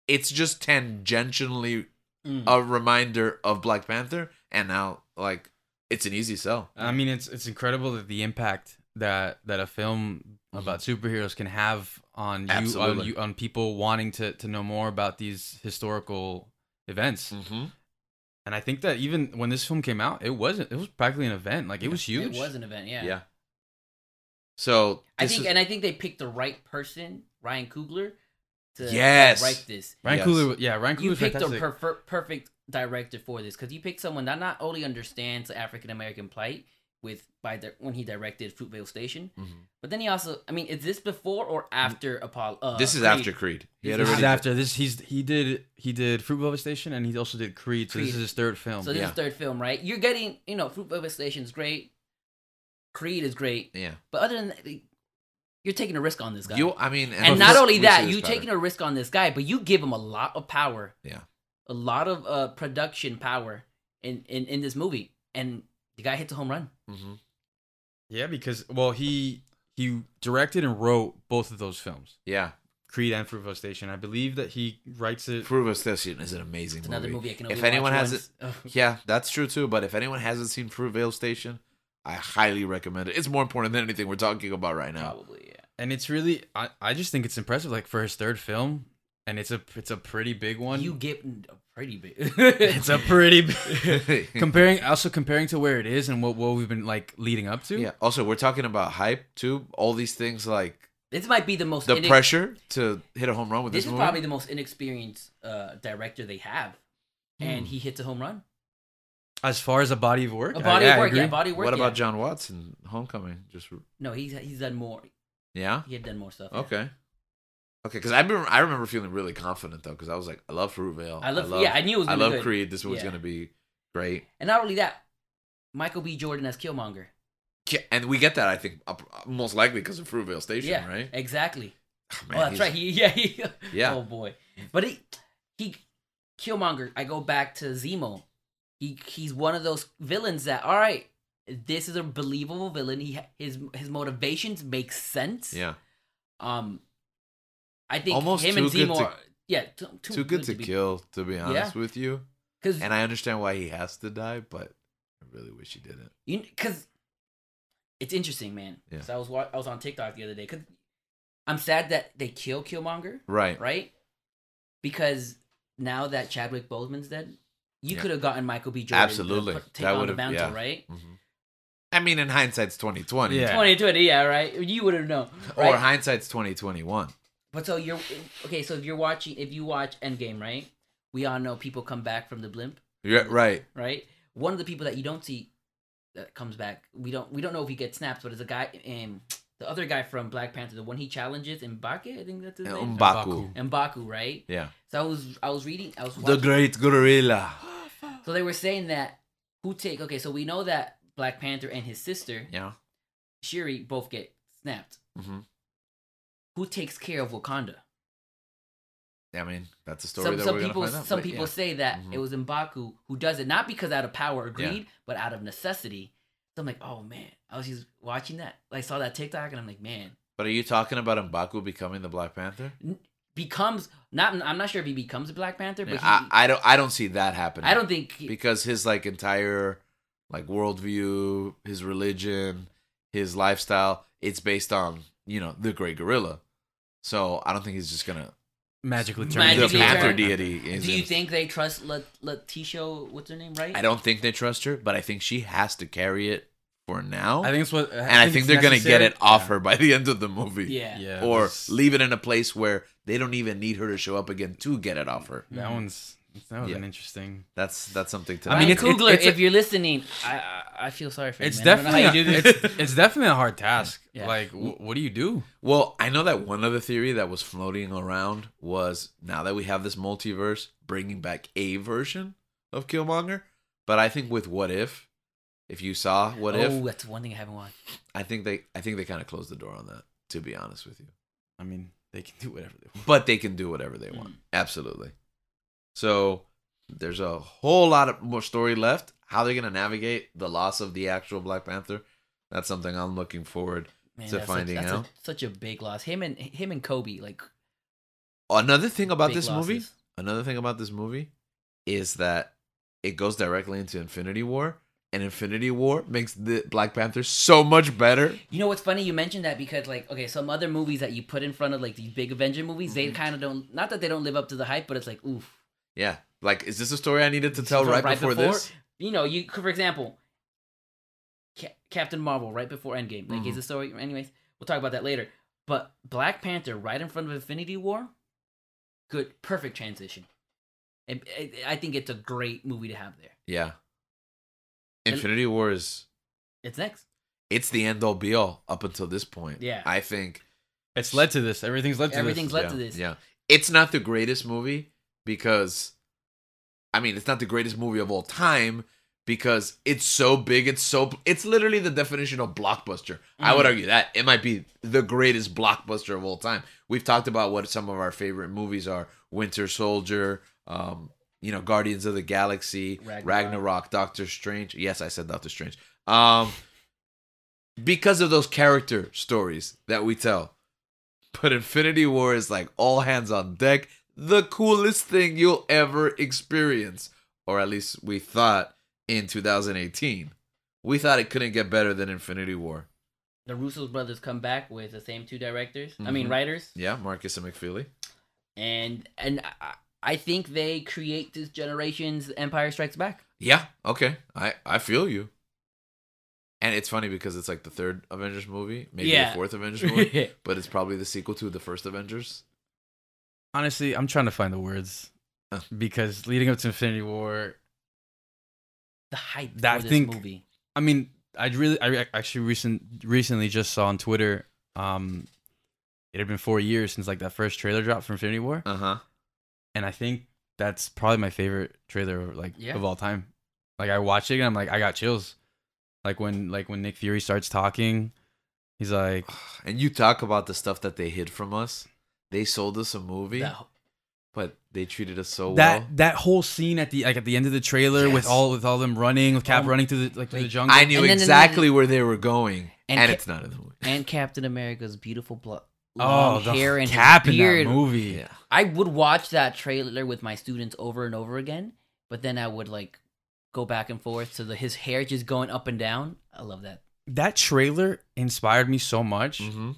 it's just tangentially
Mm.
a reminder of Black Panther. And now, like, it's an easy sell.
I mean, it's it's incredible that the impact that that a film about superheroes can have on you, on
Absolutely.
you on people wanting to to know more about these historical events.
Mm-hmm.
And I think that even when this film came out, it wasn't it was practically an event. Like it was huge.
It was an event. Yeah.
Yeah. So
I
this
think,
is-
and I think they picked the right person, Ryan Coogler, to
Yes.
write this.
Ryan
Yes.
Coogler, yeah, Ryan Coogler
you
was
picked
fantastic.
a perfer- perfect director for this because you picked someone that not only understands the African American plight with by the, when he directed Fruitvale Station,
Mhm.
but then he also, I mean, is this before or after Apollo? Uh,
this is
Creed?
after Creed. He
This
had
this is
already.
after this. He's he did he did Fruitvale Station and he also did Creed. So
Creed.
this is his third film.
So this
yeah.
is third film, right? You're getting, you know, Fruitvale Station is great, Creed is great,
yeah.
but other than that, like, you're taking a risk on this guy.
You. I mean,
and
we-
not only
we see
that,
this
you
pattern.
taking a risk on this guy, but you give him a lot of power.
Yeah.
A lot of uh, production power in, in in this movie, and the guy hits a home run.
Mhm.
yeah, because well he he directed and wrote both of those films,
Yeah.
Creed and Fruitvale Station. I believe that he writes it.
Prove us this is an amazing
It's
movie.
another movie I can.
If
only
anyone
(laughs) watch
has
once. Ugh.
Yeah, that's true too. But if anyone hasn't seen Fruitvale Station, I highly recommend it. It's more important than anything we're talking about right
(laughs)
now.
Probably, yeah.
And it's really, I, I just think it's impressive. Like for his third film, and it's a it's a pretty big one.
You get a pretty big.
(laughs)
(laughs)
it's a pretty big. (laughs) comparing also comparing to where it is and what what we've been like leading up to.
(laughs) yeah. Also, we're talking about hype too. All these things like
This might be the most.
the
inex-
pressure to hit a home run with
This
this,
is
movie.
probably the most inexperienced uh, director they have, and he hits a home run.
As far as a body of work,
A
I-
body
yeah,
of
I
work, yeah,
agree.
body of work.
what
yeah.
about John Watson? Homecoming. Just
No, he's he's done more.
yeah.
He had done more stuff. yeah.
Okay. Okay, because I remember I remember feeling really confident though, because I was like, I love Fruitvale.
I love, Yeah, I knew it was.
I
Gonna be
love
good.
Creed. This one's
Yeah.
gonna be great.
And not only that, Michael B. Jordan as Killmonger.
Ki- And we get that I think up- most likely because of Fruitvale Station,
yeah,
right?
exactly.
Oh,
oh, that's
he's-
right. (laughs) He, yeah, he,
Yeah.
Oh boy, but he he Killmonger. I go back to Zemo. He he's one of those villains that all right. This is a believable villain. He his his motivations make sense.
Yeah.
Um, I think
Almost
him
too
and
good
Zemo.
to-
are, yeah, t- too,
Too good to kill, to be honest with you.
Because
And I understand why he has to die, but I really wish he didn't.
you because it's interesting, man.
Yeah.
'Cause I was wa- I was on TikTok the other day. Cause I'm sad that they kill Killmonger.
Right.
right? Because now that Chadwick Boseman's dead, you
Yeah.
could have gotten Michael B. Jordan. to
Absolutely.
put- take
That
on the
would've-
mantle,
yeah.
right?
Mhm. I mean, in hindsight's twenty twenty,
Yeah.
Twenty twenty, yeah, right. You would have known,
or
right?
hindsight's twenty twenty one.
but so you're okay. So if you're watching, if you watch Endgame, right? We all know people come back from the blimp,
Yeah, right.
right? One of the people that you don't see that comes back, we don't we don't know if he gets snaps, but it's a guy um the other guy from Black Panther, the one he challenges, Mbake, I think that's his name.
Umbaku.
Mbaku, right?
Um, Yeah.
So I was I was reading, I was
The
watching-
Great Gorilla.
So they were saying that who take okay, so we know that Black Panther and his sister,
Yeah.
Shuri, both get snapped.
hmm
Who takes care of Wakanda?
I mean, that's a story
Some,
that
some
we're
people
gonna find out.
some
but
people
yeah.
say that
Mhm.
it was Mbaku who does it, not because out of power or
Yeah.
greed, but out of necessity. So I'm like, oh man. I was just watching that. I saw that TikTok and I'm like, man.
But are you talking about Mbaku becoming the Black Panther?
Becomes not I'm not sure if he becomes a Black Panther, but
Yeah,
he,
I,
I,
I don't. I don't see that happening.
don't think he-
because his like entire like worldview, his religion, his lifestyle, it's based on you know the Great Gorilla. So I don't think he's just gonna
Magically turned
Magically
the
into a
Panther
turned.
deity. Is
do you
in-
think they trust Let Letitia what's her name, right?
I don't think they trust her, but I think she has to carry it for now.
I think it's what, I
and I think,
it's
they're gonna get
necessary.
it off
Yeah.
her by (laughs) the end of the movie.
Yeah.
Yeah,
or
this-
leave it in a place where they don't even need her to show up again to get it off her.
Mm.
That one's that was
Yeah.
an interesting.
That's that's something to.
I
I
mean,
mean,
it's- it-
Kugler,
it's a-
if you're listening, I, I I feel sorry for you.
It's
man. I don't know how
definitely
you do
a,
this.
it's, it's definitely a hard task.
(laughs) Yeah.
Like, wh- what do you do?
well, I know that one other theory that was floating around was now that we have this multiverse, bringing back a version of Killmonger. But I think with What If, if you saw (laughs) What
Oh,
If,
that's one thing I haven't watched.
I think they I think they kind of closed the door on that. To be honest with you,
I mean, they can do whatever they want.
but they can do whatever they want. Absolutely. So there's a whole lot of more story left. How they're gonna navigate the loss of the actual Black Panther, that's something I'm looking forward.
Man,
To
that's
finding
such, that's
out.
A, such a big loss. Him and him and Kobe, like
Another thing about
big
this movie,
losses.
another thing about this movie, is that it goes directly into Infinity War, and Infinity War makes the Black Panther so much better.
You know what's funny? You mentioned that because like okay, some other movies that you put in front of like these big Avenger movies, they
Mm-hmm.
kind of don't. Not that they don't live up to the hype, but it's like oof.
Yeah, like is this a story I needed to tell
So
right, before, this?
you know, you for example, Ca- Captain Marvel right before Endgame. Like,
Mm-hmm.
is the story? Anyways, we'll talk about that later. But Black Panther right in front of Infinity War, good, perfect transition. And I- I think it's a great movie to have there.
Yeah.
And-
Infinity War is
It's next.
it's the end all be all up until this point.
Yeah.
I think
It's led to this. Everything's led to
Everything's
this.
led
yeah,
to this.
Yeah. It's not the greatest movie because I mean, it's not the greatest movie of all time because it's so big, it's so it's literally the definition of blockbuster. I would
Mhm.
argue that it might be the greatest blockbuster of all time. We've talked about what some of our favorite movies are: Winter Soldier, um, you know, Guardians of the Galaxy,
Ragnarok.
Ragnarok, Doctor Strange. Yes, I said Doctor Strange. Um because of those character stories that we tell. But Infinity War is like all hands on deck, the coolest thing you'll ever experience, or at least we thought in 2018. We thought it couldn't get better than Infinity War.
The Russo brothers come back with the same two directors. I mean
Mm-hmm.
Mhm.
writers,
Yeah, Marcus and McFeely.
and and I, I think they create this generation's Empire Strikes Back.
Yeah, okay. I I feel you. And it's funny because it's like the third Avengers movie, maybe
Yeah.
the fourth Avengers
(laughs)
movie,
yeah,
but it's probably the sequel to the first Avengers.
Honestly, I'm trying to find the words
Uh.
because leading up to Infinity War,
the hype
That- I
for this
think-
movie.
I mean, I really, I re- actually recent recently just saw on Twitter, um, it had been four years since like that first trailer drop for Infinity War,
Uh huh.
and I think that's probably my favorite trailer of, like
Yeah.
of all time. Like I watched it and I'm like, I got chills. Like when like when Nick Fury starts talking, he's like,
And you talk about the stuff that they hid from us. They sold us a movie,
The-
but they treated us so well.
that that whole scene at the like at the end of the trailer with
Yes.
all with all them running with Cap
Um,
running through the like through the
like,
jungle.
I knew
And then-
exactly where they were going,
And
and,
ca-
it's not in the movie.
and Captain America's beautiful blood.
oh,
Long
the
hair and his
Cap in
beard.
that movie.
Yeah.
I would watch that trailer with my students over and over again, but then I would like go back and forth to the his hair just going up and down. I love that.
That trailer inspired me so much.
Mm-hmm.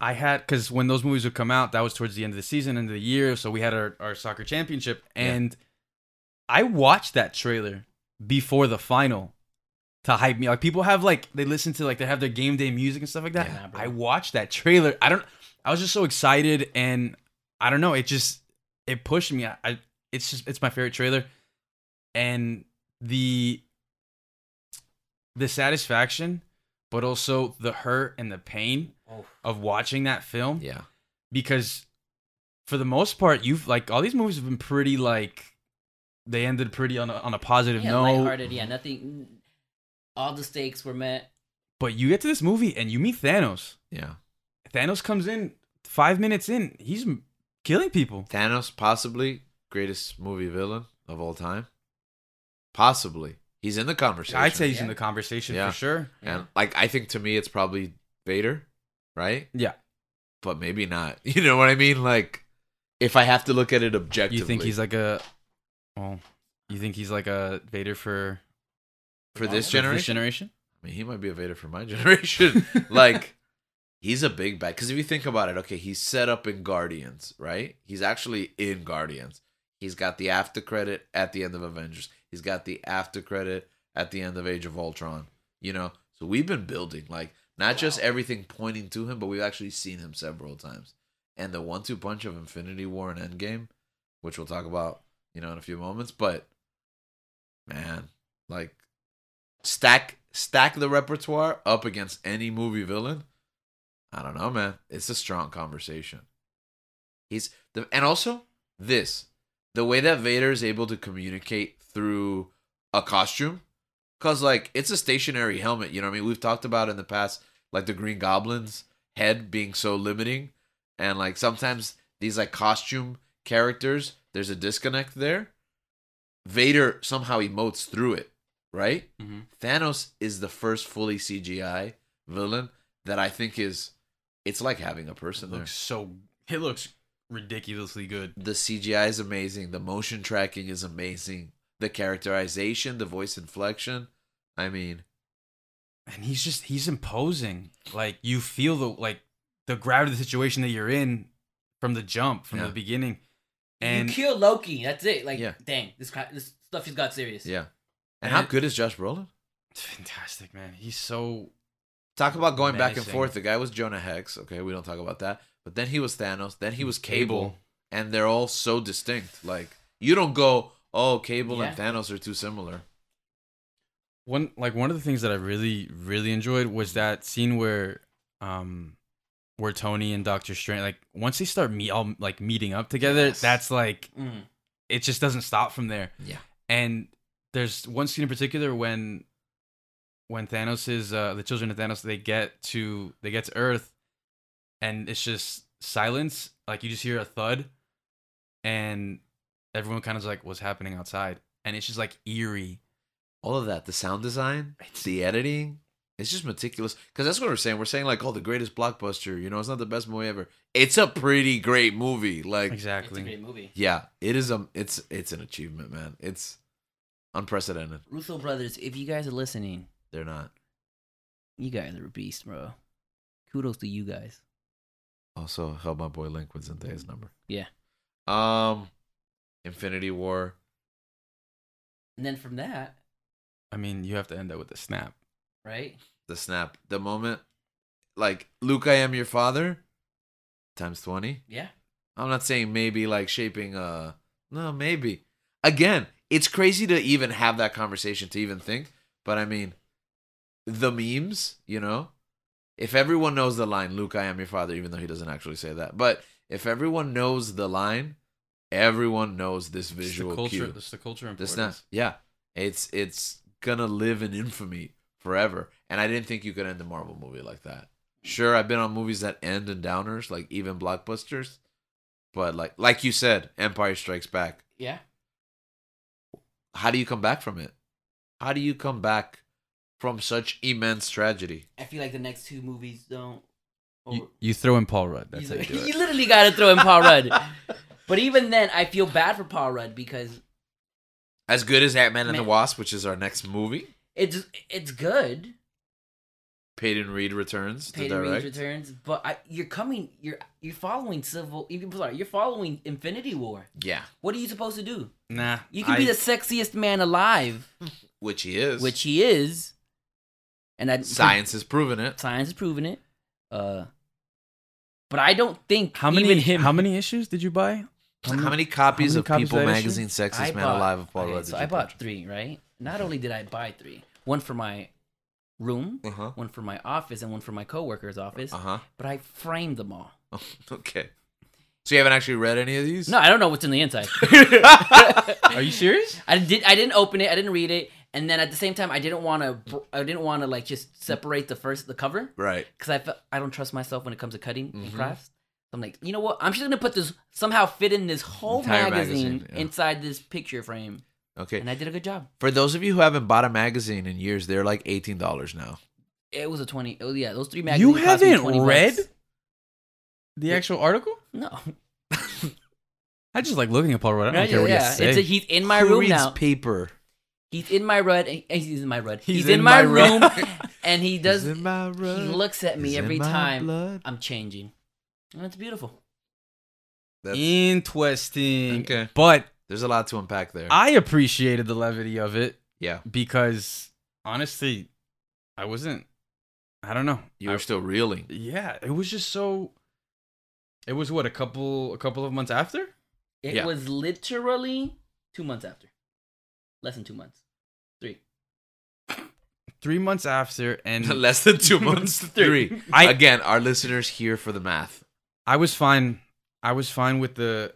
I had because when those movies would come out, that was towards the end of the season, end of the year. So we had our, our soccer championship,
Yeah.
and I watched that trailer before the final to hype me. Like people have like they listen to like they have their game day music and stuff like that.
Yeah. Nah, bro.
I watched that trailer. I don't. I was just so excited, and I don't know. It just it pushed me. I, I it's just it's my favorite trailer, and the the satisfaction, but also the hurt and the pain
Oh,
of watching that film
Yeah.
because for the most part you've like all these movies have been pretty like they ended pretty on a, on a positive
yeah,
note
lighthearted. Yeah, nothing. All the stakes were met.
but you get to this movie and you meet Thanos
Yeah.
Thanos comes in 5 minutes in he's m- killing people
Thanos, possibly greatest movie villain of all time. Possibly. He's in the conversation.
I'd say he's in
Yeah.
the conversation
Yeah.
for sure
And like I think to me it's probably Vader, right?
Yeah.
But maybe not. (laughs) You know what I mean? Like if I have to look at it objectively.
you think he's like a well you think he's like a Vader for
for this
for
generation?
this generation
I mean, he might be a Vader for my (laughs) generation. like he's a big bad cuz if you think about it, okay, he's set up in Guardians, right? He's actually in Guardians. He's got the after credit at the end of Avengers. He's got the after credit at the end of Age of Ultron, you know? So we've been building like not just everything pointing to him, but we've actually seen him several times. And the one two punch of Infinity War and Endgame, which we'll talk about, you know, in a few moments, but man, like stack stack the repertoire up against any movie villain. I don't know, man. It's a strong conversation. He's the and also this the way that Vader is able to communicate through a costume, cause like it's a stationary helmet. You know what I mean? We've talked about in the past, like the Green Goblin's head being so limiting, and like sometimes these like costume characters, there's a disconnect there. Vader somehow emotes through it, right?
Mhm.
Thanos is the first fully CGI villain that I think is it's like having a person there.
looks so it looks ridiculously good
The CGI is amazing. The motion tracking is amazing. The characterization, the voice inflection. I mean,
and he's just he's imposing like you feel the like the gravity of the situation that you're in from the jump from
Yeah.
the beginning and
you kill Loki. That's it. Like,
Yeah.
dang, this cra- this stuff has got serious.
yeah. And
And
how
it-
good is Josh Brolin?
it's fantastic man he's so
Talk about going back and
Menacing.
forth. The guy was Jonah Hex. Okay, we don't talk about that. But then he was Thanos. Then he was
Cable.
Cable. And they're all so distinct. Like, you don't go, oh, Cable and
Yeah.
Thanos are too similar.
one like one of the things that i really really enjoyed was that scene where um where tony and dr strange like once they start meet all like meeting up together
Yes.
that's like
Mm.
it just doesn't stop from there
Yeah.
and there's one scene in particular when when Thanos is uh, the children of Thanos they get to they get to Earth and it's just silence like you just hear a thud and everyone kind of like what's happening outside and it's just like eerie
all of that the sound design the editing it's just meticulous because that's what we're saying we're saying like oh the greatest blockbuster you know it's not the best movie ever it's a pretty great movie like
It's a
exactly
great movie.
yeah it is um it's it's an achievement man it's unprecedented
Russo brothers, if you guys are listening,
They're not.
You guys are a beast, bro. Kudos to you guys.
Also held my boy Link with Zendaya's number.
Yeah.
Um, Infinity War.
And then from that,
I mean, you have to end that with a snap.
right?
the snap the moment like luke i am your father times 20
Yeah.
i'm not saying maybe like shaping uh no maybe again it's crazy to even have that conversation to even think but i mean the memes you know if everyone knows the line luke i am your father even though he doesn't actually say that but if everyone knows the line everyone knows this visual
it's the culture.
cue
It's the culture
the
importance.
SNES. Yeah, it's it's gonna live in infamy forever. And I didn't think you could end a Marvel movie like that. Sure, I've been on movies that end in downers, like even blockbusters, but like like you said, Empire Strikes Back.
Yeah.
How do you come back from it? How do you come back from such immense tragedy?
I feel like the next two movies don't.
You, you throw in Paul Rudd. That's
you,
how
(laughs)
you do
you
it.
literally got to throw in Paul Rudd.
(laughs)
But even then, I feel bad for Paul Rudd because
As good as Ant Man and the
Man.
Wasp, which is our next movie,
it's it's good.
Peyton Reed returns to
Peyton
direct.
Reed returns, but I, you're coming. You're you're following Civil. you- Sorry, you're following Infinity War.
Yeah,
What are you supposed to do?
Nah.
You can be the sexiest man alive,
which he is.
which he is, and that
science has proven it.
science has proven it. Uh, but I don't think
How many?
even him.
How many issues did you buy?
How many, copies
many
of
copies
People
of that issue?
magazine
I
Sexiest Man
bought-
Alive of Paul
okay,
Rudd?
So I bought three, right? Not
Mm-hmm.
only did I buy three, one for my room,
Uh huh.
one for my office, and one for my coworker's office,
Uh huh.
but I framed them all.
(laughs) Okay. So you haven't actually read any of these?
No, I don't know what's in the inside.
Are you serious?
I did. I didn't open it. I didn't read it. And then at the same time, I didn't want to. I didn't want to like just separate the first the cover
(laughs) Right.
because I felt I don't trust myself when it comes to cutting and
Mhm.
crafts. I'm like, you know what? I'm just gonna put this somehow fit in this whole
Entire
magazine,
magazine, yeah.
inside this picture frame,
Okay.
and I did a good job.
For those of you who haven't bought a magazine in years, they're like eighteen dollars now.
It was a twenty. Oh yeah, those three
You
magazines. cost me
haven't
20 bucks.
read (laughs) the actual article?
No,
I just like looking at Paul Rudd. I don't
yeah,
care what
yeah.
he says.
It's a, he's in my
Who
room
reads
now.
Paper.
he's in my rud. eh, He's in my rud. He's,
He's
in,
in
my,
my rud.
room, (laughs) and he does.
Is in my
He
blood.
looks at me
Is in
every
my
time
blood.
I'm changing. And it's beautiful.
That's-
Interesting.
Okay.
But
There's a lot to unpack there.
I appreciated the levity of it
yeah.
because honestly, I wasn't. I don't know.
You
I-
were still reeling. (laughs)
yeah, it was just so. It was what a couple a couple of months after.
It
Yeah.
was literally two months after. Less than two months. Three.
Three months after, and
Less than
(laughs)
two months. Three.
I-
Again, our listeners here for the math.
I was fine. I was fine with the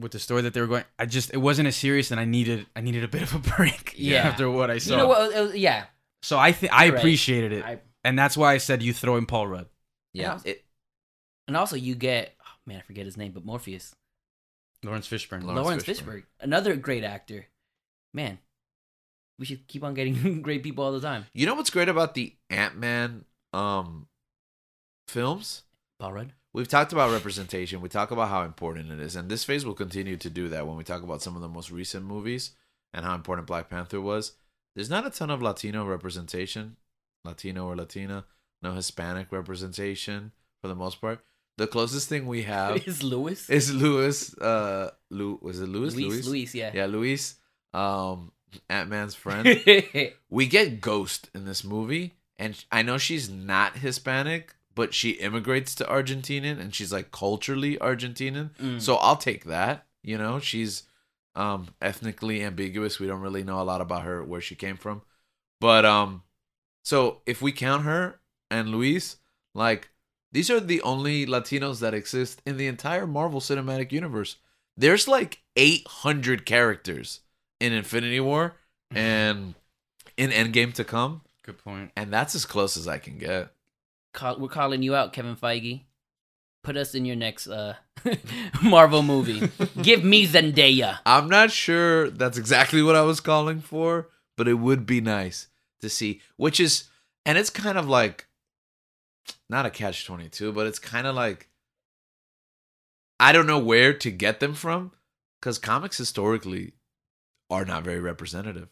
with the story that they were going. I just it wasn't as serious, and I needed I needed a bit of a (laughs) break.
Yeah.
after what I saw.
you know what? It was- yeah.
So I think I
You're right.
appreciated it,
I,
and that's why I said you throw in Paul Rudd.
Yeah.
also-
It,
and also, you get, oh, man, I forget his name, but Morpheus.
Lawrence Fishburne.
Lawrence
Lawrence
Fishburne.
Fishburne. Another great actor. Man, we should keep on getting (laughs) great people all the time.
you know what's great about the Ant Man um films?
Paul (laughs) Rudd.
We've talked about representation. We talk about how important it is, and this phase will continue to do that when we talk about some of the most recent movies and how important Black Panther was. There's not a ton of Latino representation, Latino or Latina, no Hispanic representation for the most part. The closest thing we
(laughs)
have
is Lewis?
is Luis. Uh, Lu was it Luis?
Luis, Luis, yeah. (laughs)
Yeah, Luis. Um, Ant Man's friend. we get Ghost in this movie, and I know she's not Hispanic, but she immigrates to Argentinian, and she's like culturally Argentinian.
Mm.
So I'll take that. You know, she's um ethnically ambiguous. We don't really know a lot about her where she came from. But um so if we count her and Luis, like these are the only Latinos that exist in the entire Marvel Cinematic Universe. There's like 800 characters in Infinity War and in Endgame to come,
Good point.
and that's as close as I can get.
Call, we're calling you out, Kevin Feige. Put us in your next uh, (laughs)
(laughs)
Marvel movie. Give me Zendaya.
I'm not sure that's exactly what I was calling for, but it would be nice to see. Which is, and it's kind of like, not a catch 22, but it's kind of like, I don't know where to get them from because comics historically are not very representative.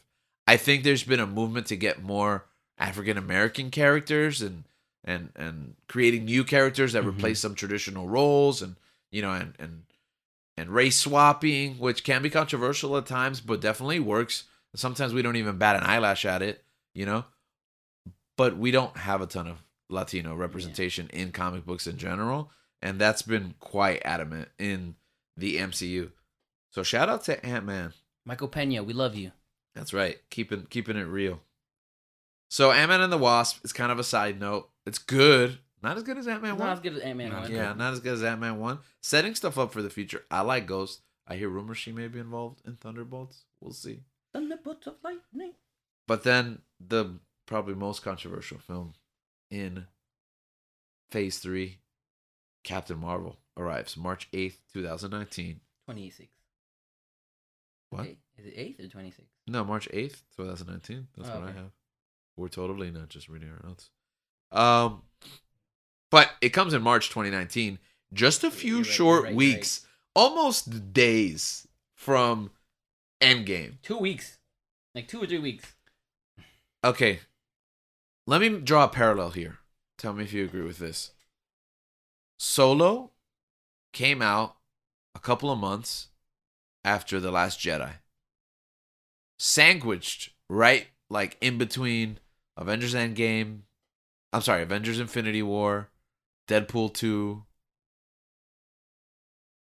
I think there's been a movement to get more African American characters and and and creating new characters that
Mhm.
replace some traditional roles and you know and and and race swapping, which can be controversial at times, but definitely works. Sometimes we don't even bat an eyelash at it, you know. But we don't have a ton of Latino representation in comic books in general, and that's been quite adamant in the MCU. So shout out to Ant Man.
Michael Pena, we love you.
That's right. Keeping keeping it real. So Ant Man and the Wasp is kind of a side note. It's good. Not as good as Ant Man
Not as
one.
good as Ant Man
Not
one.
as
Yeah, not as good as Ant Man one. Setting stuff up for the future. I like Ghost. I hear rumors she may be involved in Thunderbolts. We'll see.
Thunderbolts of lightning.
But then the probably most controversial film in Phase Three, Captain Marvel arrives March eighth, two thousand nineteen.
Twenty six.
What?
Is it eighth or twenty six?
No, March 8th, 2019. That's
Oh,
what I
okay.
have. We're totally not just reading our notes. Um, but it comes in March 2019, just a
You're
few
right, you're
short
right, you're right.
weeks, almost days from Endgame.
Two weeks. Like two or three weeks.
Okay. Let me draw a parallel here. Tell me if you agree with this. Solo came out a couple of months after The Last Jedi. Sandwiched right like in between Avengers Endgame, I'm sorry, Avengers Infinity War, Deadpool 2.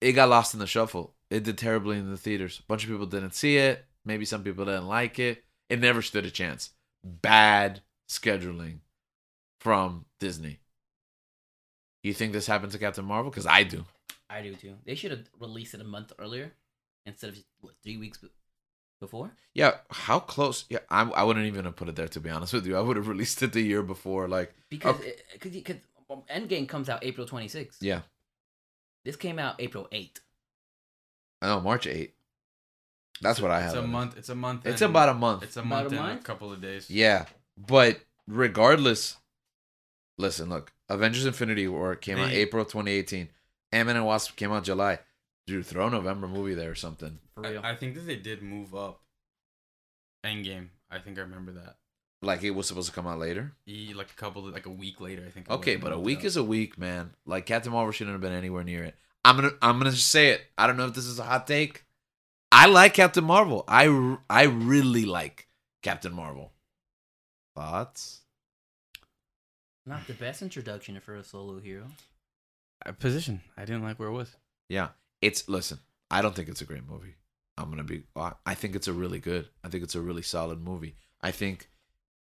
It got lost in the shuffle. It did terribly in the theaters. A bunch of people didn't see it. Maybe some people didn't like it. It never stood a chance bad scheduling from Disney. You think this happened to Captain Marvel? Because I do.
I do too. They should have released it a month earlier instead of just, what three weeks be- before.
Yeah, how close? Yeah, I, I wouldn't even have put it there to be honest with you. I would have (laughs) released it the year before. Like,
Because
Okay.
because because um, Endgame comes out April twenty sixth.
yeah,
This came out April eighth.
I know March eight. That's what I have.
It's a
on it.
month. It's a month.
It's
and-
about a month.
It's a
About
month
a
and a
month?
couple of days.
yeah, but regardless, listen, look, Avengers: Infinity War came out
The-
April 2018. Ant-Man and Wasp came out July. Dude, throw a November movie there or something.
For real.
I, I think that they did move up. Endgame. I think I remember that.
Like it was supposed to come out later.
E, like a couple, of, like a week later. I think. it
Okay,
was,
but a
moved
week
up.
is a week, man. Like Captain Marvel shouldn't have been anywhere near it. I'm gonna I'm gonna just say it. I don't know if this is a hot take. I like Captain Marvel. I r- I really like Captain Marvel. Thoughts?
Not the best introduction for a solo hero.
a Uh, position. I didn't like where it was.
Yeah, it's listen. I don't think it's a great movie. I'm gonna be. I- I think it's a really good. I think it's a really solid movie. I think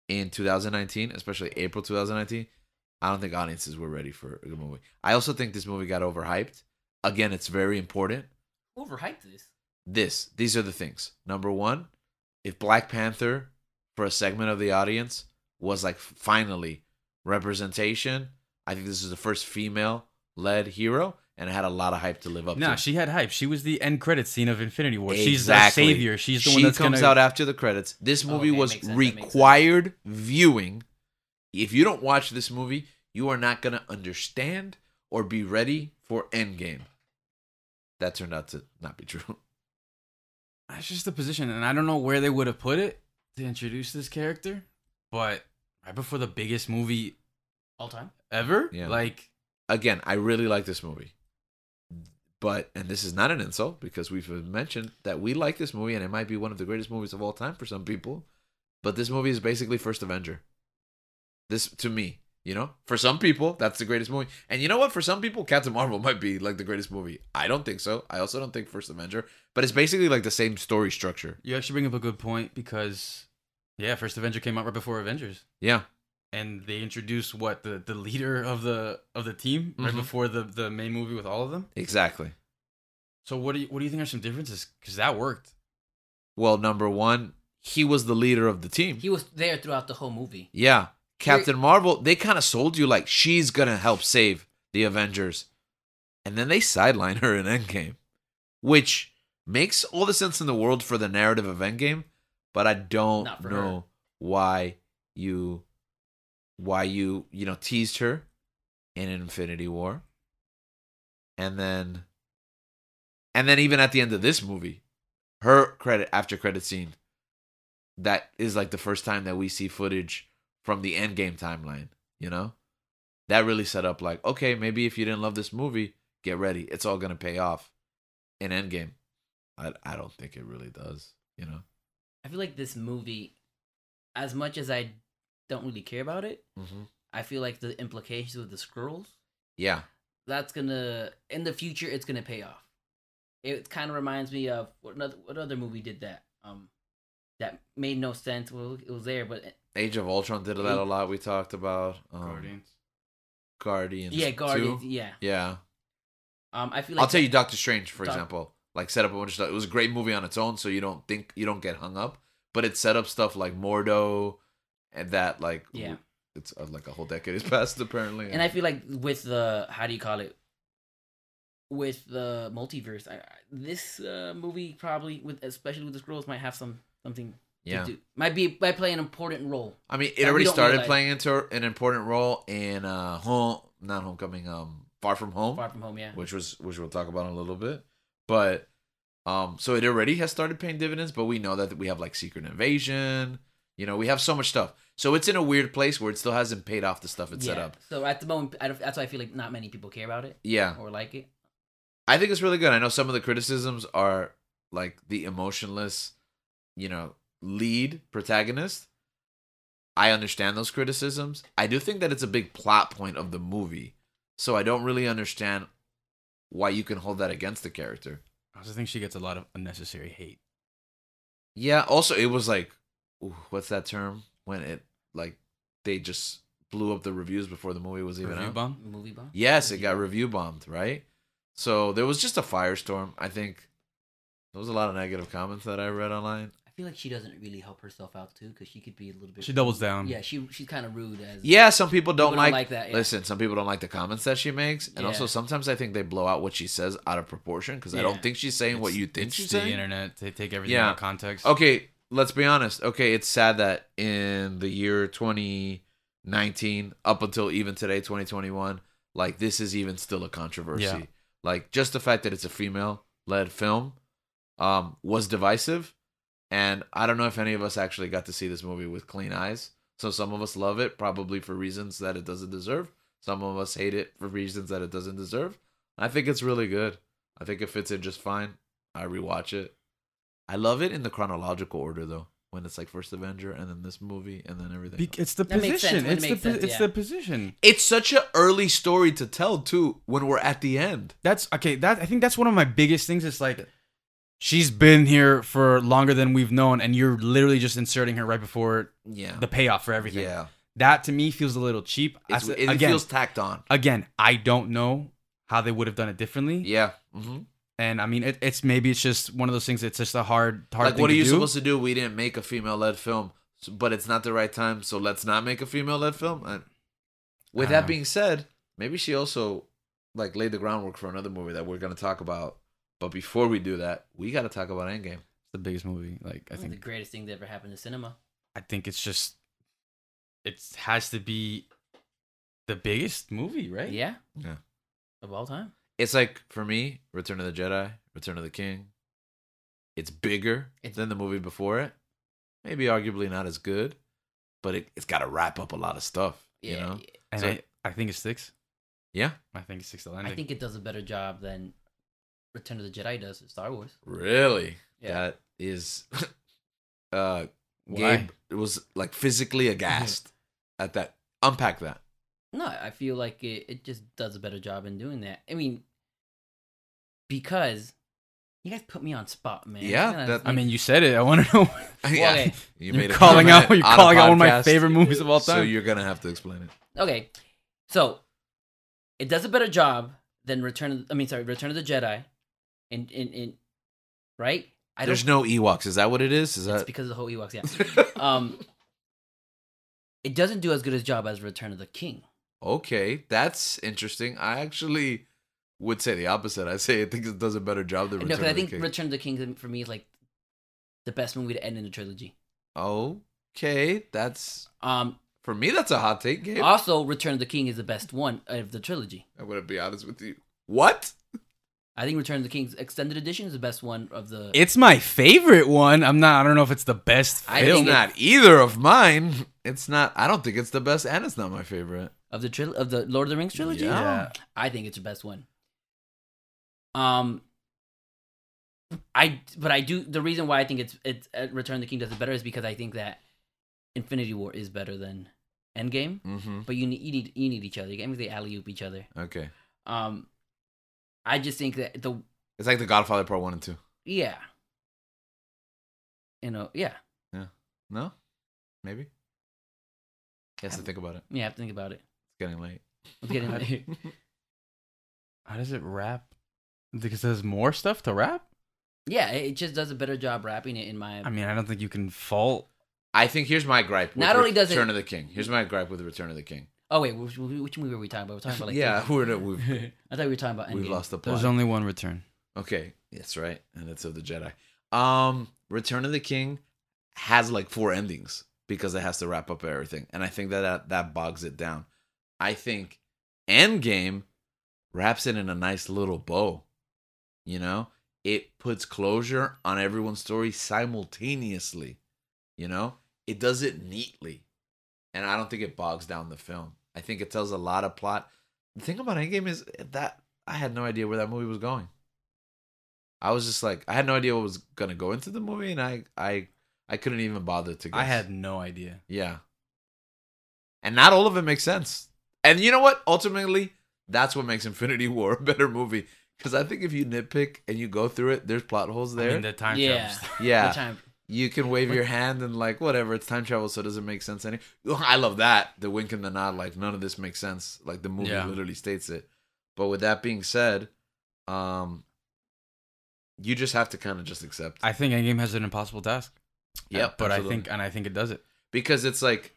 in 2019, especially April 2019, I don't think audiences were ready for a good movie. I also think this movie got overhyped. Again, it's very important.
Who overhyped this?
this these are the things number one if black panther for a segment of the audience was like finally representation i think this is the first female led hero and it had a lot of hype to live up
No,
to
she had hype. She was the end credit scene of Infinity War. She's our
Exactly.
savior. She's the
she
one that's
comes
gonna.
out after the credits this
Oh,
movie
okay,
was
makes sense, that makes sense.
required viewing if you don't watch this movie you are not going to understand or be ready for endgame that turned out to not be true
That's just the position, and I don't know where they would have put it to introduce this character, but right before the biggest movie
All time.
ever,
Yeah.
like
again, I really like this movie. But and this is not an insult because we've mentioned that we like this movie and it might be one of the greatest movies of all time for some people. But this movie is basically First Avenger. This to me, you know, for some people that's the greatest movie. And you know what? For some people, Captain Marvel (laughs) might be like the greatest movie. I don't think so. I also don't think First Avenger. But it's basically like the same story structure.
you actually bring up a good point because, yeah, first Avenger came out right before Avengers.
Yeah,
and they introduce what the, the leader of the of the team right
Mhm.
before the, the main movie with all of them.
exactly.
So what do you what do you think are some differences? Because that worked.
Well, number one, he was the leader of the team.
He was there throughout the whole movie.
Yeah. Captain Marvel, they kind of sold you like she's going to help save the Avengers. And then they sideline her in Endgame, which makes all the sense in the world for the narrative of Endgame, but I don't
Not for
know
her.
why you why you, you know, teased her in Infinity War. And then and then even at the end of this movie, her credit after credit scene that is like the first time that we see footage from the end game timeline, you know? That really set up like, okay, maybe if you didn't love this movie, get ready. It's all gonna pay off in Endgame. I I don't think it really does, you know?
I feel like this movie, as much as I don't really care about it,
Mm-hmm.
I feel like the implications of the scrolls
Yeah.
that's gonna in the future it's gonna pay off. It kind of reminds me of what another what other movie did that um that made no sense. Well, it was there, but
Age of Ultron did that a lot. We talked about um,
Guardians.
Guardians.
yeah,
2.
Guardians, yeah.
Yeah.
Um, I feel like
I'll tell you, Doctor Strange, for
Doc-
example, like set up a bunch of stuff. It was a great movie on its own, so you don't think you don't get hung up. But it set up stuff like Mordo, and that like
Yeah.
it's uh, like a whole decade has (laughs) passed apparently.
and I feel like with the how do you call it with the multiverse, I, I- this uh, movie probably with especially with the scrolls might have some something to
yeah,
do. Might be might play an important role.
I mean,
that
it
we
already
don't
started
realize.
playing into an important role in uh home, not homecoming, um, Far From Home,
Far from home, yeah.
which was which we'll talk about in a little bit, but. Um, so it already has started paying dividends, but we know that we have like Secret Invasion, you know, we have so much stuff. So it's in a weird place where it still hasn't paid off the stuff it set
Yeah.
up.
So at the moment, I don't, that's why I feel like not many people care about it
Yeah.
or like it.
I think it's really good. I know some of the criticisms are like the emotionless, you know, lead protagonist. I understand those criticisms. I do think that it's a big plot point of the movie. So I don't really understand why you can hold that against the character.
I also think she gets a lot of unnecessary hate.
Yeah, also it was like ooh, what's that term when it like they just blew up the reviews before the movie was even
Review
out.
bomb.
Movie bomb.
Yes, it got review bombed, right? So there was just a firestorm. I think there was a lot of negative comments that I read online.
I feel like she doesn't really help herself out too, because she could be a little bit.
She doubles down.
Yeah, she she's kind of rude as.
um, Yeah, some people
people
don't like.
that. yeah.
Listen, some people don't like the comments that she makes, and
Yeah.
also sometimes I think they blow out what she says out of proportion because I
Yeah.
don't think she's saying what
It's-
you think
it's
she's
the
saying.
internet. They take everything
Yeah.
out of context.
Okay, let's be honest. Okay, it's sad that in the year 2019, up until even today, 2021, like this is even still a controversy.
Yeah.
Like just the fact that it's a female led film um, was divisive. And I don't know if any of us actually got to see this movie with clean eyes. So some of us love it, probably for reasons that it doesn't deserve. Some of us hate it for reasons that it doesn't deserve. I think it's really good. I think it fits in just fine. I rewatch it. I love it in the chronological order though, when it's like first Avenger and then this movie and then everything.
Be-
else.
it's the
That makes sense
position.
when it
It's the
makes
po-
sense,
it's
yeah.
the position.
it's such an early story to tell too when we're at the end.
That's okay. That I think that's one of my biggest things. It's like she's been here for longer than we've known, and you're literally just inserting her right before
Yeah.
the payoff for everything.
Yeah.
That to me feels a little cheap. I
It's,
s-
it
again,
feels tacked on.
again, I don't know how they would have done it differently.
Yeah. hmm
And I mean, it, it's maybe it's just one of those things. It's just a hard, hard.
Like,
thing
what are
to
you
do.
supposed to do? We didn't make a female led film, so- but it's not the right time, so let's not make a female led film. I- with
I
that
know.
being said, maybe she also like laid the groundwork for another movie that we're gonna talk about. But before we do that, we gotta talk about Endgame.
The biggest movie, like
One
I
of the
think,
greatest thing that ever happened to cinema.
I think it's just, it has to be, the biggest movie, right?
Yeah.
Yeah.
Of all time.
it's like for me, Return of the Jedi, Return of the King. It's bigger
It's-
than the movie before it. Maybe arguably not as good, but it, it's got to wrap up a lot of stuff. You know,
And
So-
I, I think it sticks.
yeah,
I think it sticks the
I
landing.
think it does a better job than Return of the Jedi does in Star Wars.
really.
Yeah.
That is, (laughs) uh,
Why?
Gabe was like physically
(laughs)
aghast at that. Unpack that. (laughs)
No, I feel like it, it just does a better job in doing that. I mean, because you guys put me on spot, man.
Yeah,
Kinda-
that-
I mean, you said it. I want to know.
(laughs) okay.
you
You're
made a
calling out. You're
comment a
calling out one of my
podcast,
favorite movies of all
So
time.
you're gonna have to explain it.
Okay, so it does a better job than Return. Of, I mean, sorry, Return of the Jedi, in in in, right? I
There's
don't.
no Ewoks. Is that what it is? Is
it's
that?
because of the
(laughs)
whole Ewoks. Yeah. Um, it doesn't do as good a job as Return of the King.
Okay, that's interesting. I actually would say the opposite. I say I think it does a better job than
No,
Return
because I
of the
think
King.
Return of the King for me is like the best movie to end in the trilogy.
okay, that's
Um,
for me. That's a hot take, Gabe.
Uh
also Return of the King is the best one of the trilogy.
I'm gonna be honest with you. What?
I think Return of the King's extended edition is the best one of the.
It's my favorite one. I'm not. I don't know if it's the best
I
it's
film.
think it-
not either of mine. It's not. I don't think it's the best, and it's not my favorite.
of the tril- of the Lord of the Rings trilogy.
Yeah.
I think it's the best one. Um, I but I do the reason why I think it's it's uh, Return of the King does it better is because I think that Infinity War is better than Endgame,
Mm-hmm.
but you need you need you need each other. You can't they alley oop each other.
Okay.
Um, I just think that the
It's like The Godfather Part One and Two.
yeah, you know yeah
No, maybe. He has to think about it.
yeah. I have to think about it.
It's getting
(laughs)
late.
I'm getting late.
How does it wrap? Because there's more stuff to wrap.
(laughs) yeah. It it just does a better job wrapping it in my.
I mean, I don't think you can fault.
I think here's my gripe. With
Not only does it-
Return of the King. Here's my gripe with Return of the King.
oh wait, which, which movie were we talking about? We're talking about like
yeah, we're we've
(laughs) I thought we were talking about Endgame.
we've lost the plot.
There's only one return.
Okay, that's right, and it's of the Jedi. Um, Return of the King has like four endings because it has to wrap up everything, and I think that that, that bogs it down. I think Endgame wraps it in a nice little bow. You know, it puts closure on everyone's story simultaneously. You know, it does it neatly, and I don't think it bogs down the film. I think it tells a lot of plot. The thing about Endgame is that I had no idea where that movie was going. I was just like, I had no idea what was gonna go into the movie, and I, I, I couldn't even bother to. Guess.
I had no idea.
yeah. And not all of it makes sense. And you know what? Ultimately, that's what makes Infinity (laughs) War a better movie. Because I think if you nitpick and you go through it, there's plot holes there.
I mean, the time
Yeah.
travels.
yeah,
What time?
you can wave your hand and like whatever. It's time travel, so it doesn't make sense any. Ugh, I love that the wink and the nod. Like none of this makes sense. Like the movie
Yeah.
literally states it. But with that being said, um, you just have to kind of just accept.
I think Endgame has an impossible task. Uh,
Yeah,
but I think and I think it does it.
because it's like,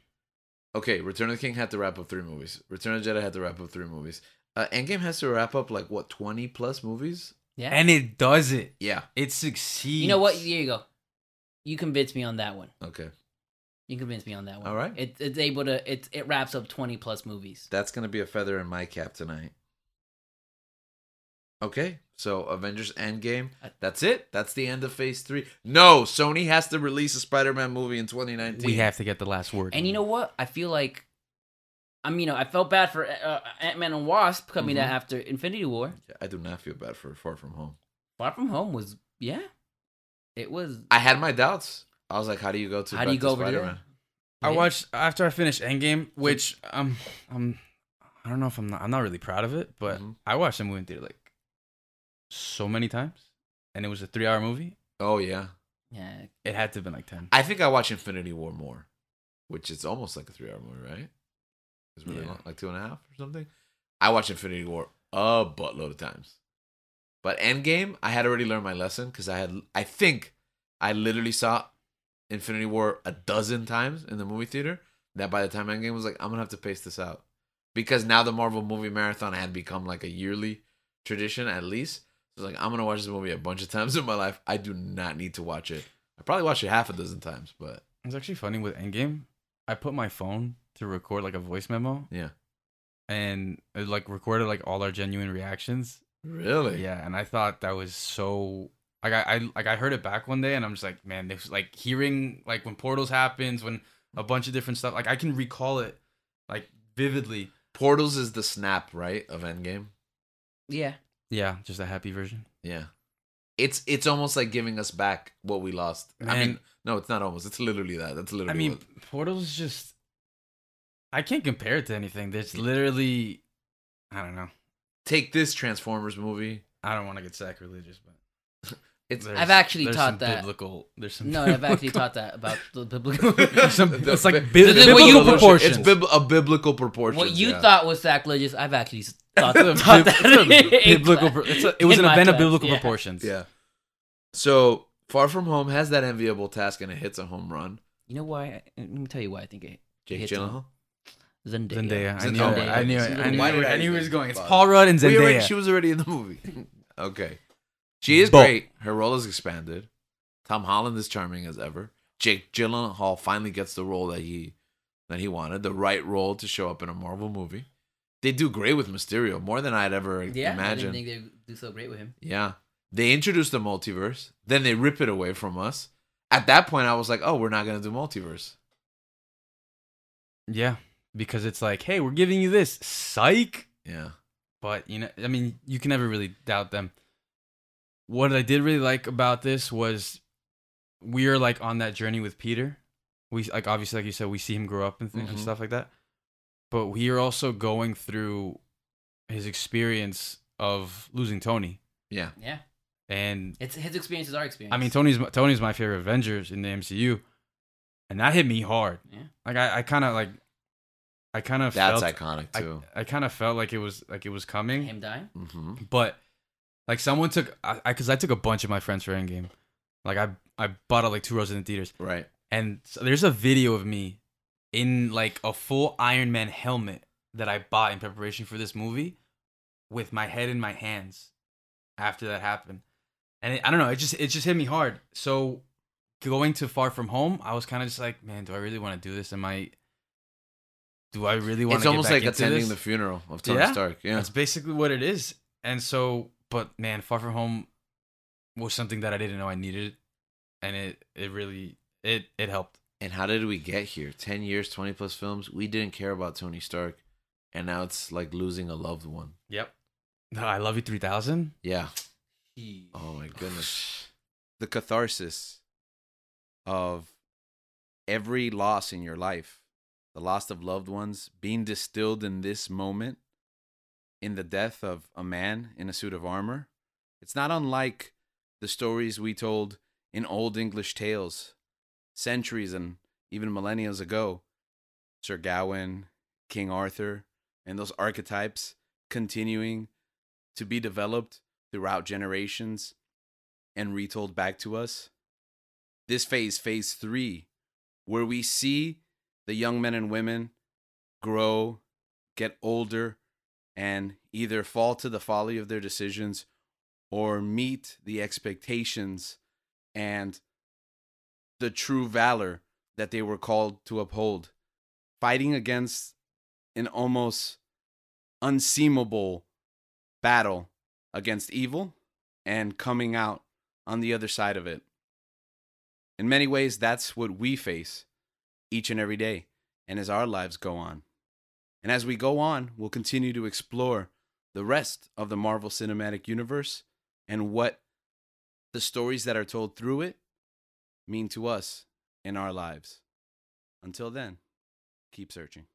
okay, Return of the King had to wrap up three movies. Return of the Jedi had to wrap up three movies. Uh, Endgame has to wrap up like what twenty plus movies.
Yeah.
And it does it.
Yeah.
It succeeds.
you know what? Here you go. You convinced me on that one.
Okay,
You convinced me on that one.
All right.
It, it's able to. It it wraps up twenty plus movies.
that's gonna be a feather in my cap tonight. Okay, so Avengers Endgame.
Uh,
That's it. That's the end of Phase Three. No, Sony has to release a Spider-Man movie in 2019.
We have to get the last word.
And you know what? I feel like, I mean, you know, I felt bad for uh, Ant Man and Wasp coming
Mm-hmm.
out after Infinity War.
I do not feel bad for Far From Home.
Far From Home was yeah, it was.
I had my doubts. I was like, how do you go to
How do
back
you go
to
over to
Spider-Man?
that?
I watched after I finished Endgame, which um I'm I don't know if I'm not I'm not really proud of it, but
Mhm.
I watched the movie in theater like so many times. And it was a three hour movie.
Oh yeah.
Yeah,
It had to have been like ten.
I think I watch Infinity War more, which it's almost like a three hour movie, right? It's really
Yeah.
long, like two and a half or something. I watch Infinity War a buttload of times. But Endgame, I had already learned my lesson because I had, I think, I literally saw Infinity War a dozen times in the movie theater. That by the time Endgame was like, I'm gonna have to pace this out because now the Marvel movie marathon had become like a yearly tradition at least. So it's like I'm gonna watch this movie a bunch of times in my life. I do not need to watch it. I probably watched it half a dozen times, but
It's actually funny with Endgame. I put my phone to record like a voice memo
yeah,
and it like recorded like all our genuine reactions.
really,
Yeah, and I thought that was so like I, I like I heard it back one day and I'm just like, man, this like hearing like when portals happens, when a bunch of different stuff like I can recall it like vividly.
Portals is the snap right of Endgame. (laughs)
yeah.
Yeah, just a happy version.
Yeah, it's it's almost like giving us back what we lost. I mean,
Man.
no, it's not almost. It's literally that. That's literally.
I mean,
what-
portals is just I can't compare it to anything. There's literally I don't know.
take this Transformers movie.
I don't want to get sacrilegious, but
It's (laughs)
there's-
I've actually
there's
taught
some
that.
Biblical, there's some
No, I've actually
biblical-
taught that about the biblical.
(laughs)
(laughs) some-
The
it's like
bi-
bi-
the
biblical proportions.
It's bib- a biblical proportion.
what you
yeah.
thought was sacrilegious, I've actually (laughs) thought,
(laughs) It's a
taught that.
bib- it's
(laughs)
a
in
biblical.
class-
pro- It's a, it was
in
an
my
event of
class,
biblical
yeah.
proportions.
Yeah. So Far From Home has that enviable task and it hits a home run.
You know why? I- Let me tell you why I think it.
Jake
hits him.
Gyllenhaal.
Zendaya.
Zendaya. I
Zendaya.
knew, it. I knew it. I knew,
Why did
it. I
I
knew he was
even
going. It's
bother?
Paul Rudd (laughs) and
We
Zendaya.
already- she was already in the
(laughs)
movie. okay. She is
But-
great. Her role is expanded. Tom Holland is charming as ever. Jake Gyllenhaal finally gets the role that he that he wanted, the right role to show up in a Marvel movie.
They do great with Mysterio, more than I'd ever
Yeah,
imagined.
I didn't think they do so great with him.
Yeah. They introduced the multiverse, then they rip it away from us. At that point, I was like, oh, we're not going to do multiverse.
Yeah, because it's like, hey, we're giving you this, psych.
Yeah.
But you know, I mean, you can never really doubt them. What I did really like about this was we are like on that journey with Peter. We like obviously, like you said, we see him grow up and, th- and
Mhm.
stuff like that. But we are also going through his experience of losing Tony,
Yeah.
Yeah,
and
it's his experience is our experience.
I mean, Tony's my- Tony's my favorite Avengers in the MCU, and that hit me hard.
Yeah.
Like I, I kind of like, I kind of
That's
felt,
iconic,
I-
too.
I kind of felt like it was like it was coming
him dying.
hmm
but like someone took I because I, took a bunch of my friends for Endgame. Like I I bought it like two rows in the theaters,
Right.
and so there's a video of me in like a full Iron Man helmet that I bought in preparation for this movie, with my head in my hands. After that happened, and it, I don't know, it just it just hit me hard. So going to Far From Home, I was kind of just like, man, do I really want to do this? Am I? Do I really want?
It's
to
almost
get back
like
into
attending
this?
the funeral of Tony
Yeah.
Stark. Yeah.
That's basically what it is. And so, but man, Far From Home was something that I didn't know I needed, and it it really it it helped.
And how did we get here? 10 years, 20 plus films. We didn't care about Tony Stark. And now it's like losing a loved one.
Yep. I love you three thousand.
Yeah.
He-
Oh, my goodness.
the catharsis of every loss in your life, the loss of loved ones, being distilled in this moment in the death of a man in a suit of armor. It's not unlike the stories we told in old English tales centuries and even millennials ago. Sir Gawain, King Arthur, and those archetypes continuing to be developed throughout generations and retold back to us. This phase, phase three, where we see the young men and women grow, get older, and either fall to the folly of their decisions or meet the expectations and the true valor that they were called to uphold, fighting against an almost unseemable battle against evil and coming out on the other side of it. In many ways, that's what we face each and every day, and as our lives go on. And as we go on, we'll continue to explore the rest of the Marvel Cinematic Universe and what the stories that are told through it mean to us in our lives. Until then, keep searching.